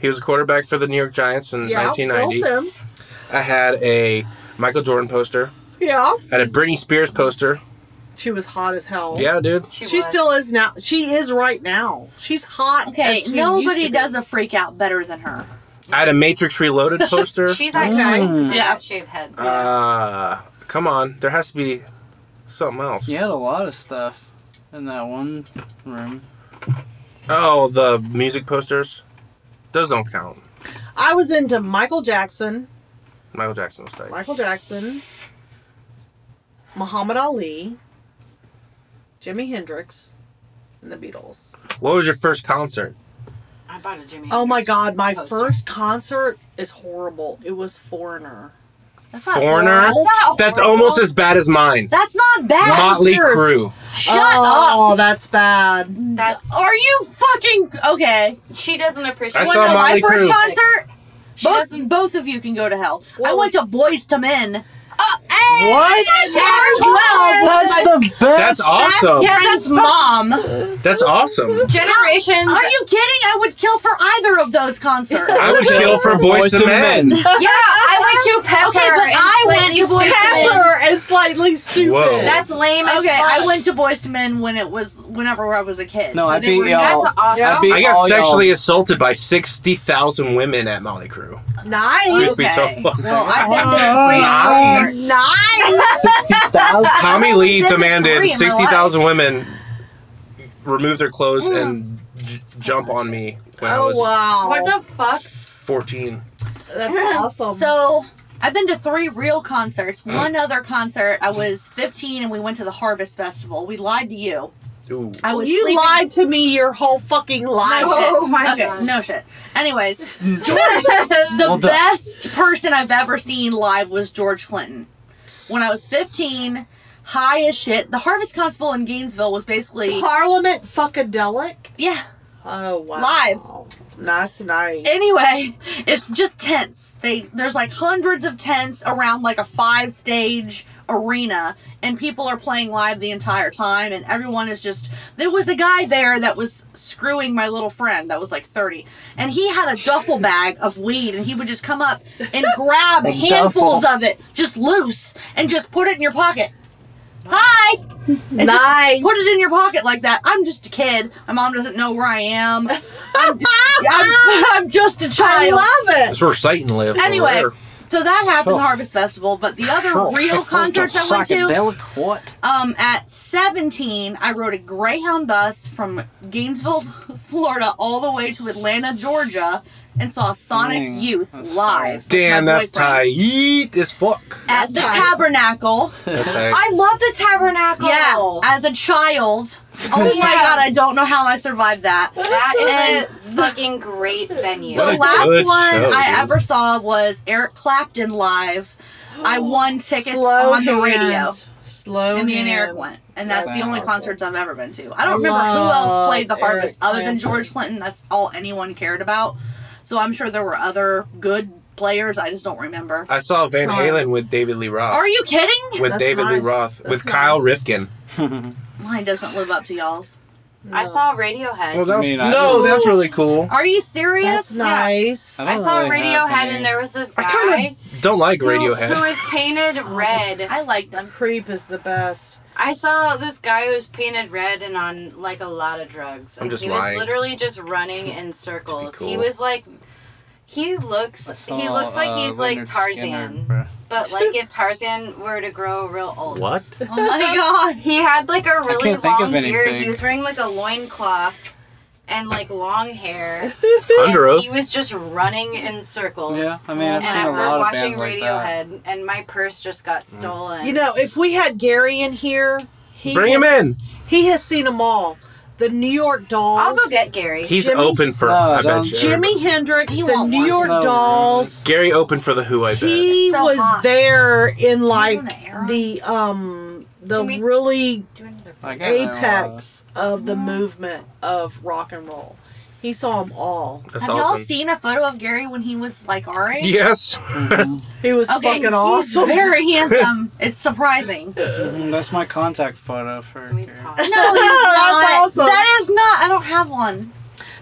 He was a quarterback for the New York Giants in
yeah, Phil
1990.
Sims.
I had a Michael Jordan poster.
Yeah.
I had a Britney Spears poster.
She was hot as hell.
Yeah, dude.
she,
She,
was.
still is now. She is right now. She's hot.
Okay,
as she used
nobody
to
does
be.
a freak out better than her.
I had a Matrix Reloaded poster.
She's
Okay.
Mm.
iconic. for
Yeah.
that Shaved head.
uh, come on. There has to be something else.
You had a lot of stuff in that one room.
Oh, the music posters. Those don't count.
I was into Michael Jackson,
Michael Jackson was tight.
Michael Jackson, Muhammad Ali, Jimi Hendrix, and the Beatles.
What was your first concert?
I bought a Jimmy.
Oh my
Hendrix
God, my
poster.
first concert is horrible. It was Foreigner.
That's not
Foreigner?
horrible.
not
That's
horrible.
almost as bad as mine.
That's not bad.
Motley
Yours.
Crue.
Shut
oh,
up.
that's bad.
That's
Are you fucking okay?
she doesn't appreciate.
I
Well,
saw
no,
Motley
My first
Crue.
concert.
She doesn't-
Both, both of you can go to hell.
What
I
was-
went to Boys to Men. Oh,
What?
That's well,
That's the best.
That's awesome.
Karen's mom.
That's awesome.
Generations.
Are you kidding? I would kill for either of those concerts.
I would kill for boys to men.
Yeah, I went to Pepper.
Okay, but
and
I went
Slightly
to Boys to
Stupid.
Men.
Pepper and slightly stupid.
Whoa.
That's lame as
Okay,
fuck.
I went to Boys to Men when it was whenever I was a kid.
No,
so
I
they
beat
were-
y'all.
That's awesome.
Yeah.
I, beat
I got
all y'all.
sexually assaulted by 60,000 women at Motley Crue.
nice.
Be so-
Okay. Well, I went to three
Nice.
concerts.
Nice.
60,000.
Tommy Lee
been to three
demanded
in my
60,000 women remove their clothes and j- jump on me when I
Oh
was
wow.
What the fuck?
14.
That's awesome.
So I've been to three real concerts. One other concert, I was 15 and we went to the Harvest Festival. We lied to you.
Ooh.
I was
you
sleeping.
lied to me your whole fucking life.
No shit.
Oh my
okay,
God.
no shit. Anyways, George, the
Well done.
best person I've ever seen live was George Clinton. When I was 15, high as shit. The Harvest Festival in Gainesville was basically
Parliament fuckadelic.
yeah.
Oh wow.
Live.
Nice, nice.
Anyway, it's just tents. They there's like hundreds of tents around like a five stage arena and people are playing live the entire time and everyone is just there was a guy there that was screwing my little friend that was like 30 and he had a duffel bag of weed and he would just come up and grab handfuls
duffel.
of it just loose and just put it in your pocket. Hi. And just
nice.
put it in your pocket like that. I'm just a kid. My mom doesn't know where I am. I'm, I'm, I'm just a
I
child.
love it.
That's where Satan lived. over
Anyway,
there.
so that happened
Sure.
at Harvest Festival, but the other real concerts I went to,
Psychedelic what?
um, at 17, I rode a Greyhound bus from Gainesville, Florida, all the way to Atlanta, Georgia, and saw Sonic
Dang,
Youth
Mm, that's
live. with
damn,
my
that's
boyfriend
tight as fuck.
At the
tight.
Tabernacle.
That's tight.
I love the tabernacle.
Yeah, as a child. Oh my
Yeah.
god, I don't know how I survived that.
That
And
is a fucking great venue.
What a
The last
good
one
show,
I
dude.
ever saw was Eric Clapton live. I won tickets
Slow
on the radio.
hand. Slow.
And me and
hand.
Eric went. And that's
That's
the only
awesome.
concerts I've ever been to. I don't remember who
Love
else played the
Eric
harvest other than
Clapton.
George Clinton. That's all anyone cared about. So I'm sure there were other good players. I just don't remember.
I saw Van Halen with David Lee Roth.
Are you kidding?
with
That's
David Lee
nice.
Roth.
That's
with Kyle
nice.
Rifkin.
Mine doesn't live up to y'all's.
I saw Radiohead.
Well, that was,
mean, I-
no, that's really cool.
Are you serious?
That's nice.
I
I
don't
saw
really have
Radiohead,
any.
and there was this
I
guy
kind of don't like
who- who
Radiohead.
was painted red.
I liked them.
Creep is the best.
I saw this guy who was painted red and on like a lot of drugs.
I'm
and
just
he
lying.
was literally just running in circles. He
cool.
was like He looks
I saw,
he looks like
uh,
he's like
Leonard
Tarzan.
Skinner,
But like if Tarzan were to grow real old.
What?
Oh my god.
He had like a really
can't think
long
of
beard. He
anything.
was wearing like a loincloth and like long hair.
Under
and
oath.
he was just running in circles.
bruh. Yeah, I mean, I've
And
seen
I
a
were
lot of
watching
bands like that. Mm.
Radiohead and my purse just got stolen.
You know, if we had Gary in here, he
Bring him
has-
in.
He has seen them all. The New York Dolls.
I'll go get Gary.
He's
Jimmy?
open for.
No,
I
don't-
bet you.
Jimi Hendrix,
He
the
won't
New
watch
York
no
Dolls.
Gary open for the Who. I bet.
He
It's so
was
hot.
there in like
on the air?
the um the
Can we-
really
Do another-
Like, I uh, don't know,
apex of the movement of rock and roll. He saw them all.
That's
Have y'all
awesome.
seen a photo of Gary when he was like our age?
Yes.
He was
Okay,
fucking
he's
awesome.
very handsome. It's surprising. No,
uh, mhm, that's my contact photo for.
Can we pause?
he's not.
awesome.
That is not. I don't have one.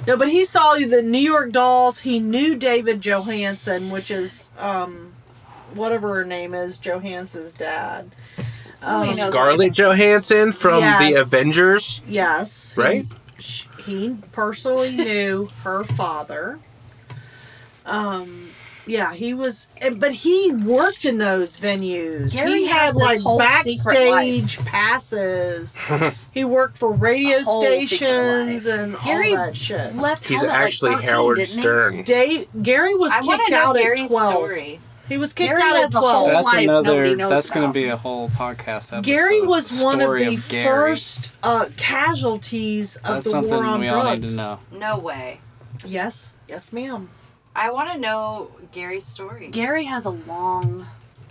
No, but he saw the New York Dolls. He knew David Johansen, which is um, whatever her name is, Johansen's dad.
Oh,
Um,
He knows
Scarlett Johansson from the
Yes.
Avengers,
Yes,
right?
Sh- He personally knew her father. Um, yeah, he was, and- but he worked in those venues.
Gary
he had
has this
like
whole secret life.
backstage passes. he worked for radio
A whole secret
stations
life.
and
Gary
all that shit.
Left
He's
home at, like,
actually
13,
Howard
didn't he?
Stern.
Dave Gary was
I want
kicked
to know
out
Gary's
at twelve.
story.
He was kicked
Gary
out at
has a whole
twelve.
That's
life nobody
another.
knows
That's going
about.
to be a whole podcast episode.
Gary was one of
Story
the
Gary.
first uh, casualties of
That's
the
something
war on
we
drugs.
all need to know.
No way.
Yes, yes, ma'am.
I want to know Gary's story.
Gary has a long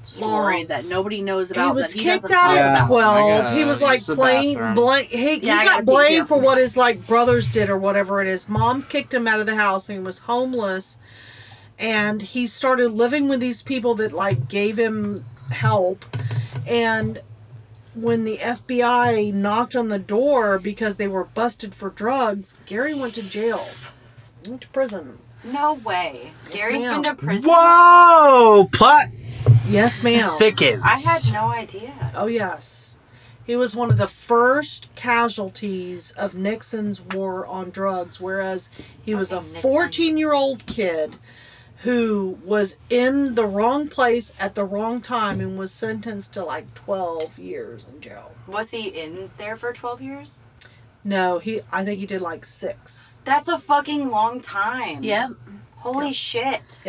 story
Long.
that nobody knows
He
about.
was
that he
kicked
doesn't
out
talk
Yeah.
at
about.
twelve.
Oh my
he was
God,
like
use the
playing
bathroom.
blank. He,
Yeah, I
he
gotta
got
pee here.
blamed for what his like brothers did or whatever it is. Mom kicked him out of the house and he was homeless, and he started living with these people that like gave him help, and when the FBI knocked on the door because they were busted for drugs, Gary went to jail, went to prison.
No way. Gary's
ma'am.
been to prison.
Whoa! Plot
Yes, ma'am.
thickens.
I had no idea.
Oh, yes. He was one of the first casualties of Nixon's war on drugs, whereas he was a
Fucking Nixon.
14 year old kid who was in the wrong place at the wrong time and was sentenced to like 12 years in jail.
Was he in there for 12 years?
No, he I think he did like 6.
That's a fucking long time.
Yeah.
Holy shit.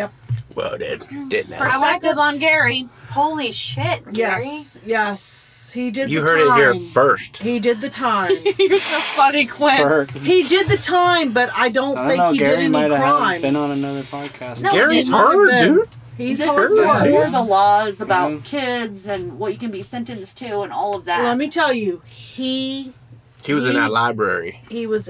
Whoa, dude. Didn't I?
Perspective on Gary.
Holy shit, Gary.
Yes. Yes. He did
You
the
heard it
time.
here first.
He did the time.
You're so funny, Quinn.
For,
he did the time, but I don't,
I don't
think
know.
he
Gary
did
might
any
have
crime.
been on another podcast.
No,
Gary's
he might
have
hard,
been.
dude.
He's
This
hard
is
Sure.
work.
before the laws about
Mhm.
kids and what you can be sentenced to and all of that.
Let me tell you, he
He was in that library.
he was.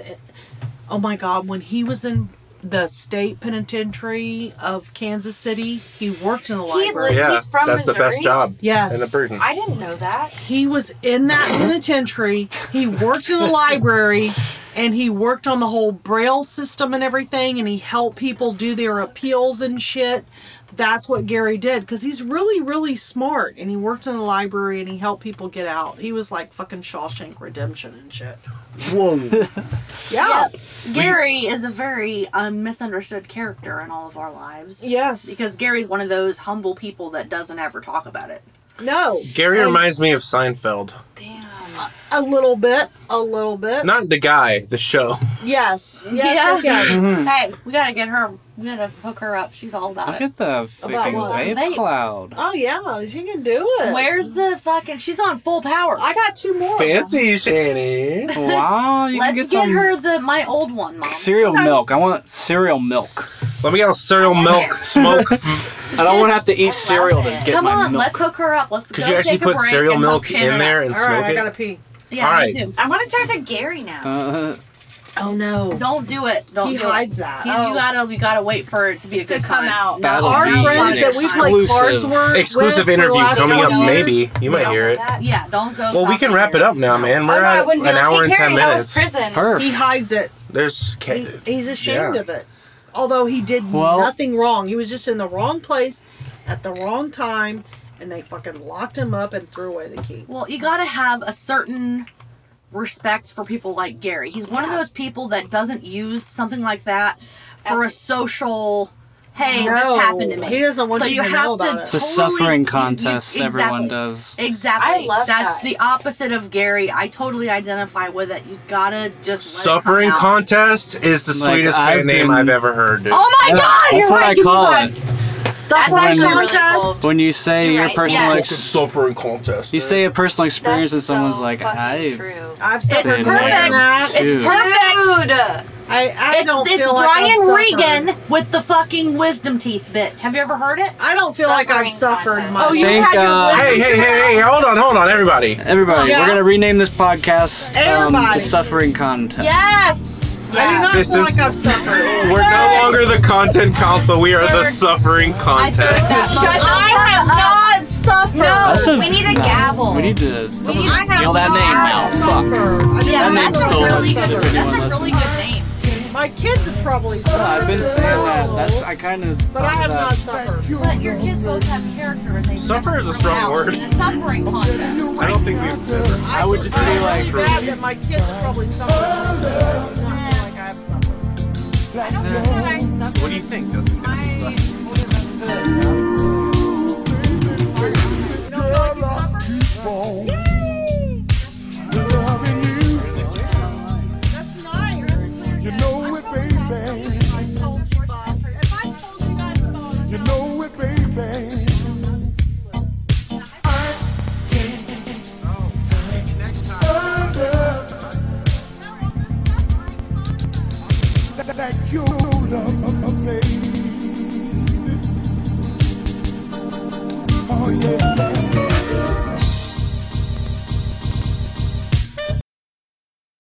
Oh my God! When he was in the state penitentiary of Kansas City, he worked in the
He
library.
li-
Yeah,
He's from
that's the best
Missouri?
job
yes,
in the prison.
I didn't know that.
he was in that penitentiary. He worked in the library, and he worked on the whole braille system and everything. And he helped people do their appeals and shit. That's what Gary did because he's really, really smart. And he worked in the library and he helped people get out. He was like fucking Shawshank Redemption and shit.
Whoa!
yeah.
Gary is a very um, misunderstood character in all of our lives.
Yes.
Because Gary's one of those humble people that doesn't ever talk about it.
no,
Gary reminds me of Seinfeld.
Damn.
a little bit, a little bit.
Not the guy, the show.
Yes. Yes. Yes. yes.
Hey, we gotta get her. We gotta hook her up. She's all about
Look
it.
at the freaking
what?
vape,
Vape.
cloud.
oh yeah, she can do it.
Where's the fucking? She's on full power.
I got two more.
Fancy, Shanny.
Wow, you
Let's
can
get,
get, some
her the my old one, mom.
cereal milk. I want cereal milk.
Let me get a cereal milk smoke.
I don't want to have to eat cereal to
it.
get
Come
my
on,
milk.
let's hook her up. Let's.
Could
go
you actually
take a
put
break
cereal
and
milk
hook Shannon
in there
up.
and
All
smoke
right, I
it?
gotta pee.
Yeah,
All
me
right.
too.
I want to talk to Gary now.
Uh,
Oh no.
Don't do it. Don't
He
do
hides
it.
that.
He-
Oh.
You gotta. You gotta wait for it to be a
to
good
come
time.
out.
That'll
Our
be
friends
an
that we play cards
exclusive.
were with
Exclusive
for the
interview
last
coming up,
couple hours.
maybe. You might hear it.
Yeah, don't go.
Well, we
talk
can
to
wrap
her.
it up now, man.
Oh,
We're
no, I
at
wouldn't
an
be like,
hour
hey,
and ten
Gary, that was
minutes.
prison.
uh, Perf.
He hides it.
There's
He,
ca-
he's ashamed
Yeah.
of it. Although he did
Well-
nothing wrong. He was just in the wrong place at the wrong time and they fucking locked him up and threw away the key.
Well, you gotta have a certain respect for people like Gary. He's one of those people that doesn't use something like that for a social hey,
No,
this happened to me.
he doesn't want
so
you to know
have
about
to
it.
The
totally-
suffering
you- you-
contest everyone
exactly.
does.
Exactly.
I love
That's
that.
the opposite of Gary. I totally identify with it. You gotta just let it come
Suffering
out.
contest is the
Like,
sweetest
I've
band name
been-
I've ever heard. Dude.
Oh my
Yeah,
god!
that's
you're
what
right,
I
you
call
live.
That's
Suffering
actually really
contest.
cool.
When you say
You're
your
right,
personal
yes.
ex-
suffering contest.
you say a personal experience
That's
and someone's
so
like,
fucking
I
true.
I've suffered
been
more
perfect.
than that.
there
It's
too.
perfect.
Dude.
I, I
It's,
don't
it's
feel like I've
Brian
suffered.
Regan with the fucking wisdom teeth bit. Have you ever heard it?
I don't feel like I've
Suffering
suffered
contest.
much.
Oh, you
think,
had your
uh,
wisdom
Hey, hey, hey,
teeth
hey! Hold on, hold on, everybody.
Everybody,
Yeah.
we're gonna rename this podcast um,
Everybody.
the Suffering Contest.
Yes.
I do not
This
feel
is-
like I've suffered.
We're no longer the content council. We are the
Third.
suffering contest.
Shut
I have not suffered.
That's a-
we need a
no,
gavel.
We need to someone's gonna
I have
steal that
not
name now. Fuck.
suffered. I do
Yeah,
not
name
that's
have
a
stolen
really
from
good.
suffered.
if anyone
That's a really good name.
My kids have probably suffered.
I've been saying that. That's I kind of.
but I have not suffered.
But your kids both have character and they
Suffer is a strong
out
word.
In a suffering contest.
I don't think we've ever.
I would just be like,
It's bad that my kids have probably suffered. I do not feel like I have suffered.
I don't think that I suffered.
What do you think, Justin?
I-
You don't feel like you suffered? That's nice.
You know it, baby.
I told you about If I told you guys about it,
You know it, baby. I can't understand that you love me, baby. Oh yeah.